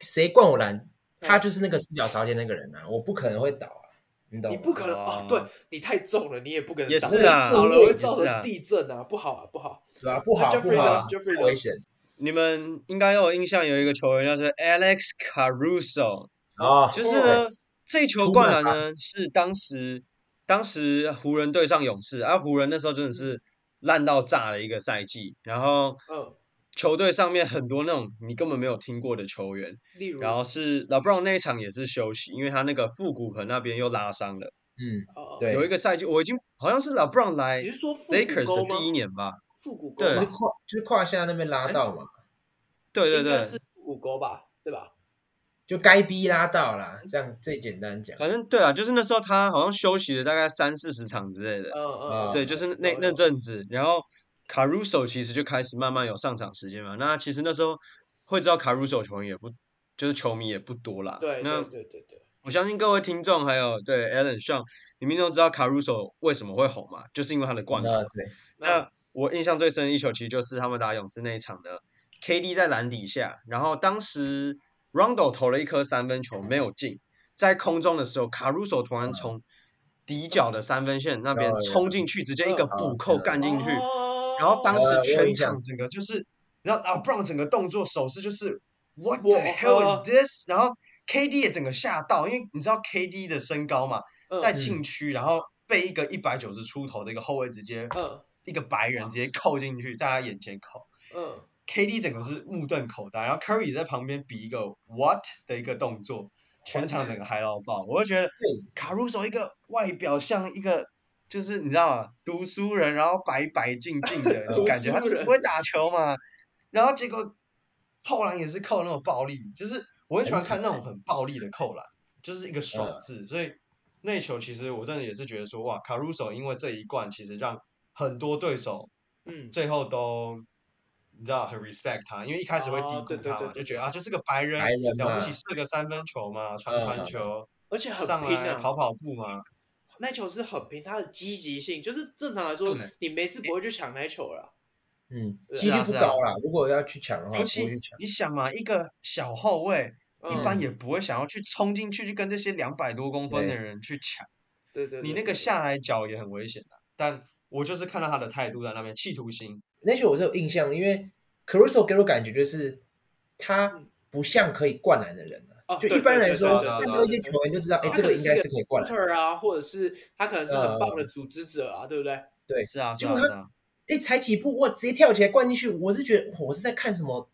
[SPEAKER 2] 谁灌我篮，
[SPEAKER 1] 嗯
[SPEAKER 2] 他就是那个四脚朝天那个人啊，我不可能会倒啊，你懂
[SPEAKER 1] 你
[SPEAKER 2] 吗？
[SPEAKER 1] 不可能哦，
[SPEAKER 3] 啊
[SPEAKER 1] 对你太重了，你也不可能
[SPEAKER 3] 也
[SPEAKER 1] 挡
[SPEAKER 3] 是啊
[SPEAKER 1] 倒了会
[SPEAKER 3] 也
[SPEAKER 1] 造
[SPEAKER 3] 是啊
[SPEAKER 1] 成地震啊，不好啊，不好。
[SPEAKER 2] 对啊，不好
[SPEAKER 1] 那 Jeffrey
[SPEAKER 2] 不好啊，
[SPEAKER 1] 呢？Jeffrey 呢
[SPEAKER 2] 太危险
[SPEAKER 3] 你们应该有印象，有一个球员叫做 Alex Caruso，
[SPEAKER 2] 哦，
[SPEAKER 3] 就是呢，这球灌篮呢是当时当时湖人对上勇士，而、啊、湖人那时候真的是烂到炸的一个赛季，然后
[SPEAKER 1] 嗯，
[SPEAKER 3] 球队上面很多那种你根本没有听过的球员，
[SPEAKER 1] 例如，
[SPEAKER 3] 然后是 LeBron 那一场也是休息，因为他那个腹股盆那边又拉伤了。
[SPEAKER 2] 嗯，
[SPEAKER 1] 哦，
[SPEAKER 2] 对
[SPEAKER 3] 有一个赛季我已经好像是 LeBron 来
[SPEAKER 1] 你是说复古
[SPEAKER 3] Lakers
[SPEAKER 1] 沟
[SPEAKER 3] 的
[SPEAKER 1] 吗？
[SPEAKER 3] 第一年吧？
[SPEAKER 1] 复古沟
[SPEAKER 3] 对
[SPEAKER 2] 就是
[SPEAKER 1] 吗，
[SPEAKER 2] 胯就是胯下那边
[SPEAKER 1] 哎
[SPEAKER 2] 拉到嘛，
[SPEAKER 3] 对对
[SPEAKER 1] 应该
[SPEAKER 3] 对，
[SPEAKER 1] 是复古沟吧，对吧？
[SPEAKER 2] 就该逼拉到啦，这样最简单讲。
[SPEAKER 3] 反正对啊，就是那时候他好像休息了大概三四十场之类的。
[SPEAKER 1] 嗯嗯
[SPEAKER 2] 啊
[SPEAKER 1] 嗯，
[SPEAKER 3] 对，就是
[SPEAKER 1] 有
[SPEAKER 3] 那那
[SPEAKER 1] 有
[SPEAKER 3] 阵子，然后 Caruso 其实就开始慢慢有上场时间嘛。那其实那时候会知道 Caruso 球员也不，就是球迷也不多啦。
[SPEAKER 1] 对
[SPEAKER 3] 那
[SPEAKER 1] 对对对对，
[SPEAKER 3] 我相信各位听众还有对 Alan Sean，你们都知道 Caruso 为什么会红嘛，就是因为他的灌篮。
[SPEAKER 2] 那对，
[SPEAKER 1] 嗯
[SPEAKER 3] 那我印象最深的一球其实就是他们打勇士那一场的，KD 在篮底下，然后当时 Rondo 投了一颗三分球没有进，在空中的时候，Caruso 突然从底角的三分线那边
[SPEAKER 2] 有有
[SPEAKER 3] 冲进去，直接一个
[SPEAKER 1] 哦嗯
[SPEAKER 3] 补扣
[SPEAKER 2] 嗯
[SPEAKER 3] 干进去，
[SPEAKER 1] 哦
[SPEAKER 3] 然后当
[SPEAKER 2] 有有
[SPEAKER 3] 时
[SPEAKER 2] 有
[SPEAKER 3] 全
[SPEAKER 2] 印象
[SPEAKER 3] 场整个就是，然后啊 Brown 整个动作手势就是 What the
[SPEAKER 1] 我
[SPEAKER 3] hell
[SPEAKER 1] 呃
[SPEAKER 3] is this？然后 KD 也整个吓到，因为你知道 KD 的身高嘛，
[SPEAKER 1] 嗯
[SPEAKER 3] 在
[SPEAKER 2] 嗯
[SPEAKER 3] 禁区，然后被一个一百九十出头的一个后卫直接
[SPEAKER 1] 嗯
[SPEAKER 3] 一个白人直接扣进去，在他眼前扣。
[SPEAKER 1] 嗯
[SPEAKER 3] KD 整个是目瞪口呆，然后 Curry 在旁边比一个 What 的一个动作，全场整个嗨到爆。我就觉得卡鲁索一个外表像一个就是你知道吗，读书人，然后白白净净的
[SPEAKER 1] 读，
[SPEAKER 3] 感觉他
[SPEAKER 1] 书
[SPEAKER 3] 就是
[SPEAKER 1] 人
[SPEAKER 3] 不会打球嘛。然后结果扣篮也是扣那种暴力，就是我很喜欢看那种很暴力的扣篮，就是一
[SPEAKER 1] 嗯
[SPEAKER 3] 个爽字。所以那一球其实我真的也是觉得说，哇，卡鲁索因为这一冠其实让很多对手
[SPEAKER 1] 嗯，
[SPEAKER 3] 最后都你知道很 respect 他，因为一开始会低
[SPEAKER 1] 哦对
[SPEAKER 3] 估
[SPEAKER 1] 对
[SPEAKER 3] 他
[SPEAKER 1] 对
[SPEAKER 3] 嘛，
[SPEAKER 1] 对
[SPEAKER 3] 就觉得啊，就是个白人
[SPEAKER 2] 白人
[SPEAKER 3] 了
[SPEAKER 2] 嘛
[SPEAKER 3] 不起射个三分球嘛，传
[SPEAKER 2] 嗯
[SPEAKER 3] 传
[SPEAKER 2] 嗯
[SPEAKER 3] 球
[SPEAKER 1] 而且很
[SPEAKER 3] 上
[SPEAKER 1] 拼
[SPEAKER 3] 来
[SPEAKER 1] 啊，
[SPEAKER 3] 跑跑步嘛，
[SPEAKER 1] 那球是很平，他的积极性就是正常来说
[SPEAKER 3] 对，
[SPEAKER 1] 你没事不会去抢那球了。
[SPEAKER 2] 嗯，
[SPEAKER 1] 是
[SPEAKER 2] 几率
[SPEAKER 3] 啊
[SPEAKER 2] 不
[SPEAKER 3] 是啊
[SPEAKER 2] 高啦。如果要去抢
[SPEAKER 1] 哦
[SPEAKER 2] 的话，不
[SPEAKER 3] 尤
[SPEAKER 2] 会
[SPEAKER 3] 其
[SPEAKER 2] 去抢。
[SPEAKER 3] 你想嘛，一个小后卫
[SPEAKER 1] 嗯
[SPEAKER 3] 一般也不会想要去冲进去去跟这些两百多公分
[SPEAKER 2] 对
[SPEAKER 3] 的人去抢，
[SPEAKER 1] 对对，对
[SPEAKER 3] 你那个，下来脚也很危险的、但我就是看到他的态度在那边，企图心，
[SPEAKER 2] 那球我是有印象，因为 Caruso 给我感觉就是他不像可以灌篮的人啊。
[SPEAKER 1] 哦，
[SPEAKER 2] 就
[SPEAKER 1] 对
[SPEAKER 2] 一般
[SPEAKER 1] 对对
[SPEAKER 2] 来
[SPEAKER 1] 啊
[SPEAKER 2] 说，
[SPEAKER 3] 对对
[SPEAKER 2] 看
[SPEAKER 3] 对对
[SPEAKER 2] 到一些球员就知道，哎，
[SPEAKER 1] 他可
[SPEAKER 2] 这个
[SPEAKER 1] 能
[SPEAKER 2] 应
[SPEAKER 1] 是
[SPEAKER 2] 该
[SPEAKER 1] 个
[SPEAKER 2] 是可以灌篮。
[SPEAKER 1] shooter 啊，或者是他可能是很棒的
[SPEAKER 2] 呃
[SPEAKER 1] 组织者啊，对不对？
[SPEAKER 2] 对，
[SPEAKER 3] 是啊，是
[SPEAKER 2] 结
[SPEAKER 3] 啊，
[SPEAKER 2] 果
[SPEAKER 3] 是
[SPEAKER 2] 他
[SPEAKER 3] 啊，
[SPEAKER 2] 哎，踩几步，我直接跳起来灌进去，我是觉得我是在看什么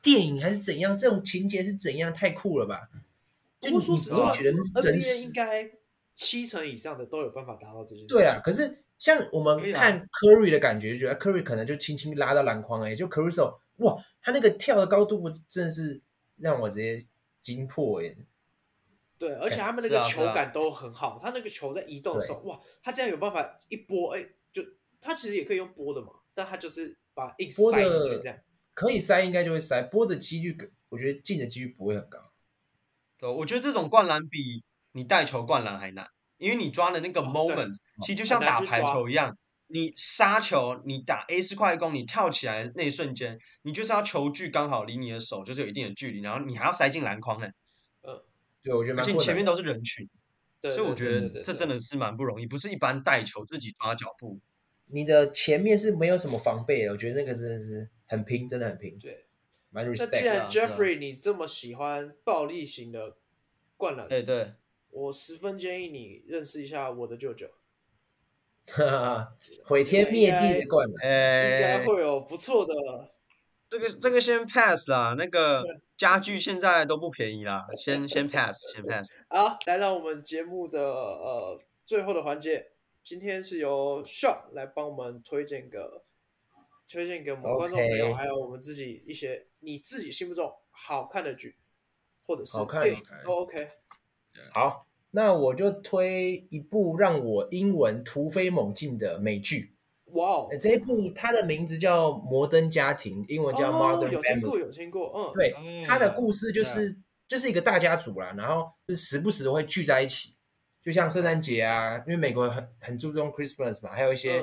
[SPEAKER 2] 电影还是怎样？这种情节是怎样？太酷了吧！
[SPEAKER 1] 哎不过说实话
[SPEAKER 2] 就你你不会觉得真
[SPEAKER 1] ，NBA
[SPEAKER 2] 实
[SPEAKER 1] 应该七成以上的都有办法达到这件事情。
[SPEAKER 2] 对啊，可是像我
[SPEAKER 3] 可
[SPEAKER 2] 们
[SPEAKER 3] 以啦
[SPEAKER 2] 看 Curry 的感觉，就觉得 Curry 可能就轻轻拉到篮筐而已，就 Caruso，哇，他那个跳的高度，我真的是让我直接惊破欸耶！
[SPEAKER 1] 对，而且他们那
[SPEAKER 3] 是
[SPEAKER 1] 个
[SPEAKER 3] 啊
[SPEAKER 1] 球
[SPEAKER 3] 是啊
[SPEAKER 1] 感都很好，他那个球在移动的时候，哇，他这样有办法一拨，哎，就他其实也可以用拨的嘛，但他就是把硬塞
[SPEAKER 2] 拨的
[SPEAKER 1] 进去这样。
[SPEAKER 2] 可以塞应该就会塞，拨的几率，我觉得进的几率不会很高。
[SPEAKER 3] 对，我觉得这种灌篮比你带球灌篮还难，因为你抓的那个
[SPEAKER 1] 哦对
[SPEAKER 3] moment，、其实就
[SPEAKER 1] 很
[SPEAKER 3] 像
[SPEAKER 1] 难
[SPEAKER 3] 打
[SPEAKER 1] 去
[SPEAKER 3] 排
[SPEAKER 1] 抓
[SPEAKER 3] 球一样，你杀球，你打 A 式快攻，你跳起来的那一瞬间，你就是要球距刚好离你的手就是有一定的距离，然后你还要塞进篮筐哎、
[SPEAKER 2] 对，我觉得
[SPEAKER 3] 而
[SPEAKER 2] 蛮困
[SPEAKER 3] 且你
[SPEAKER 2] 难的。
[SPEAKER 3] 前面都是人群，
[SPEAKER 1] 对，
[SPEAKER 3] 所以我
[SPEAKER 1] 对
[SPEAKER 3] 觉
[SPEAKER 1] 对对
[SPEAKER 3] 得
[SPEAKER 1] 对
[SPEAKER 3] 这
[SPEAKER 1] 对
[SPEAKER 3] 真的是蛮不容易，不是一般带球自己抓脚步。
[SPEAKER 2] 你的前面是没有什么防备的，我觉得那个真的是很拼，真的很拼，
[SPEAKER 1] 对。
[SPEAKER 2] 蛮
[SPEAKER 1] 那既
[SPEAKER 2] respect 的。
[SPEAKER 1] 然
[SPEAKER 3] 啊是啊
[SPEAKER 1] Jeffrey 你这么喜欢暴力型的灌篮，
[SPEAKER 3] 对对，
[SPEAKER 1] 我十分建议你认识一下我的舅舅，
[SPEAKER 2] 哈哈，
[SPEAKER 3] 啊
[SPEAKER 2] 毁天灭地的灌
[SPEAKER 1] 应
[SPEAKER 2] 篮，
[SPEAKER 3] 哎、
[SPEAKER 1] 该会有不错的。
[SPEAKER 3] 这个这个先 pass 啦，那个家具现在都不便宜啦，先先 pass，先 pass。
[SPEAKER 1] 好，来到我们节目的呃最后的环节，今天是由 Shaw 来帮我们推荐个推荐给我们
[SPEAKER 2] OK
[SPEAKER 1] 观众朋友还有我们自己一些你自己心目中好看的剧，或者是
[SPEAKER 2] 好看
[SPEAKER 1] 电影
[SPEAKER 2] 好看
[SPEAKER 1] 都 OK。
[SPEAKER 2] 好，那我就推一部让我英文突飞猛进的美剧。
[SPEAKER 1] 哇哦
[SPEAKER 2] 呃，这一部它的名字叫《摩登家庭》，英文叫《
[SPEAKER 1] 哦，
[SPEAKER 2] Modern
[SPEAKER 1] 有听
[SPEAKER 2] Family》。
[SPEAKER 1] 过有听过，嗯，
[SPEAKER 2] 对，它的故
[SPEAKER 3] 事
[SPEAKER 2] 事就是、就是一个大家族啦，然后是时不时会聚在一起，就像圣诞节啊，因为美国很很注重 Christmas 嘛，还有一些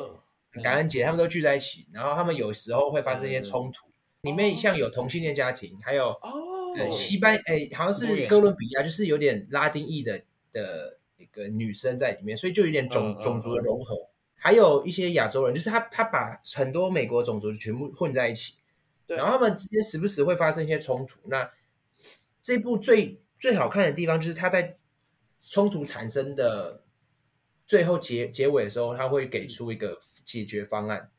[SPEAKER 1] 嗯
[SPEAKER 2] 感恩节，他们都聚在一起，然后他们有时候会发生一些
[SPEAKER 3] 嗯
[SPEAKER 2] 冲突，里面像有同性恋家庭，还有
[SPEAKER 1] 哦，
[SPEAKER 2] 呃西班诶、好像
[SPEAKER 3] 多元
[SPEAKER 2] 是哥伦比亚，就是有点拉丁裔的的一个女生在里面，所以就有点种
[SPEAKER 3] 嗯嗯
[SPEAKER 2] 种族的融合，还有一些亚洲人，就是他他把很多美国种族全部混在一起，
[SPEAKER 1] 对
[SPEAKER 2] 然后他们之间时不时会发生一些冲突。那这部最最好看的地方就是他在冲突产生的最后结结尾的时候，他会给出一个解决方案。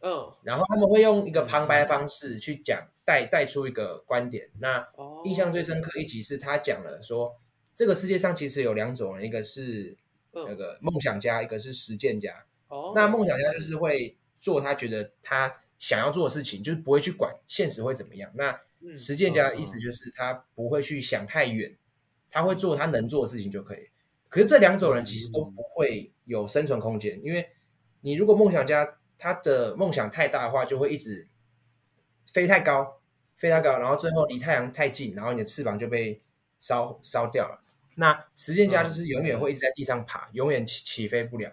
[SPEAKER 1] 嗯，
[SPEAKER 2] 然后他们会用一个旁白的方式去讲，带带出一个观点。那
[SPEAKER 1] 哦，
[SPEAKER 2] 印象最深刻一集是他讲了说，这个世界上其实有两种人，一个是那
[SPEAKER 1] 嗯，
[SPEAKER 2] 个梦想家，一个是实践家。
[SPEAKER 1] 哦，
[SPEAKER 2] 那梦想家就是会做他觉得他想要做的事情，就是不会去管现实会怎么样。那
[SPEAKER 1] 嗯
[SPEAKER 2] 实践家的
[SPEAKER 3] 嗯嗯
[SPEAKER 2] 意思就是他不会去想太远，他会做他能做的事情就可以。可是这两种人其实都不会有生存空间，因为你如果梦想家他的梦想太大的话，就会一直飞太高，飞太高，然后最后离太阳太近，然后你的翅膀就被烧烧掉了。那实践
[SPEAKER 3] 嗯
[SPEAKER 2] 家就是永远会一直在地上爬，永远起起飞不了。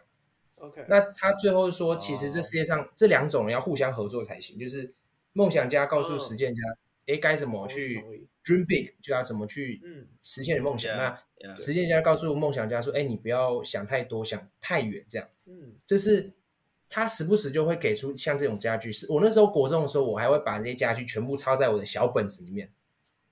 [SPEAKER 1] OK，
[SPEAKER 2] 那他最后说，其实这
[SPEAKER 3] 哦
[SPEAKER 2] 世界上这两种人要互相合作才行，就是梦想家告诉
[SPEAKER 1] 嗯
[SPEAKER 2] 实践家，诶，该怎
[SPEAKER 1] 同
[SPEAKER 2] 么
[SPEAKER 1] 意
[SPEAKER 2] 去
[SPEAKER 1] 同意
[SPEAKER 2] dream big，就要怎么去
[SPEAKER 1] 嗯，啊
[SPEAKER 2] 实现你的梦想。
[SPEAKER 3] Yeah，
[SPEAKER 2] 那实践家告诉梦想家说，诶，你不要想太多，想太远，这样。
[SPEAKER 1] 嗯
[SPEAKER 2] 这是他时不时就会给出像这种家具。是我那时候国中的时候，我还会把这些家具全部抄在我的小本子里面，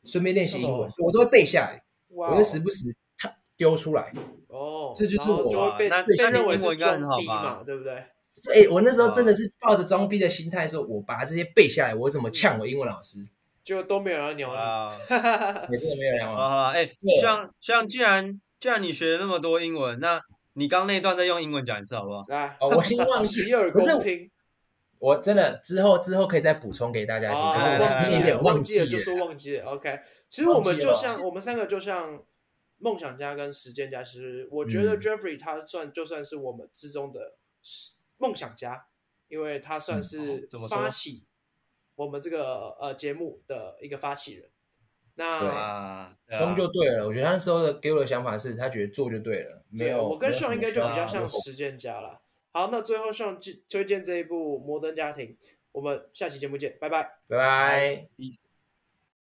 [SPEAKER 2] 顺便练习英文
[SPEAKER 3] 哦，
[SPEAKER 2] 我都会背下来，
[SPEAKER 1] 哇
[SPEAKER 2] 我
[SPEAKER 1] 哦，
[SPEAKER 2] 会时不时它丢出来。
[SPEAKER 1] 哦，
[SPEAKER 2] 这就
[SPEAKER 1] 然
[SPEAKER 2] 是
[SPEAKER 1] 后
[SPEAKER 2] 我啊
[SPEAKER 1] 就会被
[SPEAKER 3] 那
[SPEAKER 1] 被
[SPEAKER 2] 那
[SPEAKER 1] 认为
[SPEAKER 3] 英文
[SPEAKER 1] 是
[SPEAKER 3] 应该很
[SPEAKER 1] 装
[SPEAKER 3] 好
[SPEAKER 1] 逼
[SPEAKER 3] 吧
[SPEAKER 1] 嘛，对不对？
[SPEAKER 2] 这哎、我那时候真的
[SPEAKER 1] 哦
[SPEAKER 2] 是抱着装逼的心态说，我把这些背下来，我怎么呛我英文老师？
[SPEAKER 1] 就都没有人鸟你。
[SPEAKER 3] 啊，
[SPEAKER 1] 嗯
[SPEAKER 2] 也真的没有人
[SPEAKER 3] 好
[SPEAKER 1] 哦
[SPEAKER 2] 玩。
[SPEAKER 3] 了好了，哎，像像既然既然你学了那么多英文，那你刚那一段再用英文讲一次好不好？
[SPEAKER 1] 来，
[SPEAKER 2] 哦，我先忘记
[SPEAKER 1] 洗，耳
[SPEAKER 2] 可是
[SPEAKER 1] 恭
[SPEAKER 2] 我
[SPEAKER 1] 听。
[SPEAKER 2] 我真的之后之后可以再补充给大家听，
[SPEAKER 1] 啊，
[SPEAKER 2] 可
[SPEAKER 3] 哎
[SPEAKER 2] 是我
[SPEAKER 1] 忘记
[SPEAKER 2] 时间有
[SPEAKER 1] 了，
[SPEAKER 2] 点
[SPEAKER 1] 忘
[SPEAKER 2] 记
[SPEAKER 1] 了，
[SPEAKER 2] 了
[SPEAKER 1] 就。说忘记了。OK，其实我
[SPEAKER 2] 忘
[SPEAKER 1] 们
[SPEAKER 2] 记
[SPEAKER 1] 就
[SPEAKER 2] 了
[SPEAKER 1] 像我们三个就像梦想家跟实践家，其实我觉得
[SPEAKER 2] 嗯
[SPEAKER 1] Jeffrey 他算就算是我们之中的实梦想家，因为他算
[SPEAKER 2] 嗯
[SPEAKER 1] 是
[SPEAKER 3] 怎么说
[SPEAKER 1] 发起我们这个呃节目的一个发起人。
[SPEAKER 2] 对
[SPEAKER 1] 那
[SPEAKER 3] 啊，对啊
[SPEAKER 2] 冲就对了，我觉得他那时候的给我的想法是他觉得做就对了，没
[SPEAKER 1] 对
[SPEAKER 2] 有。
[SPEAKER 1] 我跟
[SPEAKER 2] 没有什
[SPEAKER 1] 秀
[SPEAKER 2] 么
[SPEAKER 1] 应该就比
[SPEAKER 2] 需
[SPEAKER 1] 较
[SPEAKER 2] 要
[SPEAKER 1] 像实践家了。好，那最后上推荐这一部《摩登家庭》，我们下期节目见，拜拜。
[SPEAKER 2] 拜拜。
[SPEAKER 3] Peace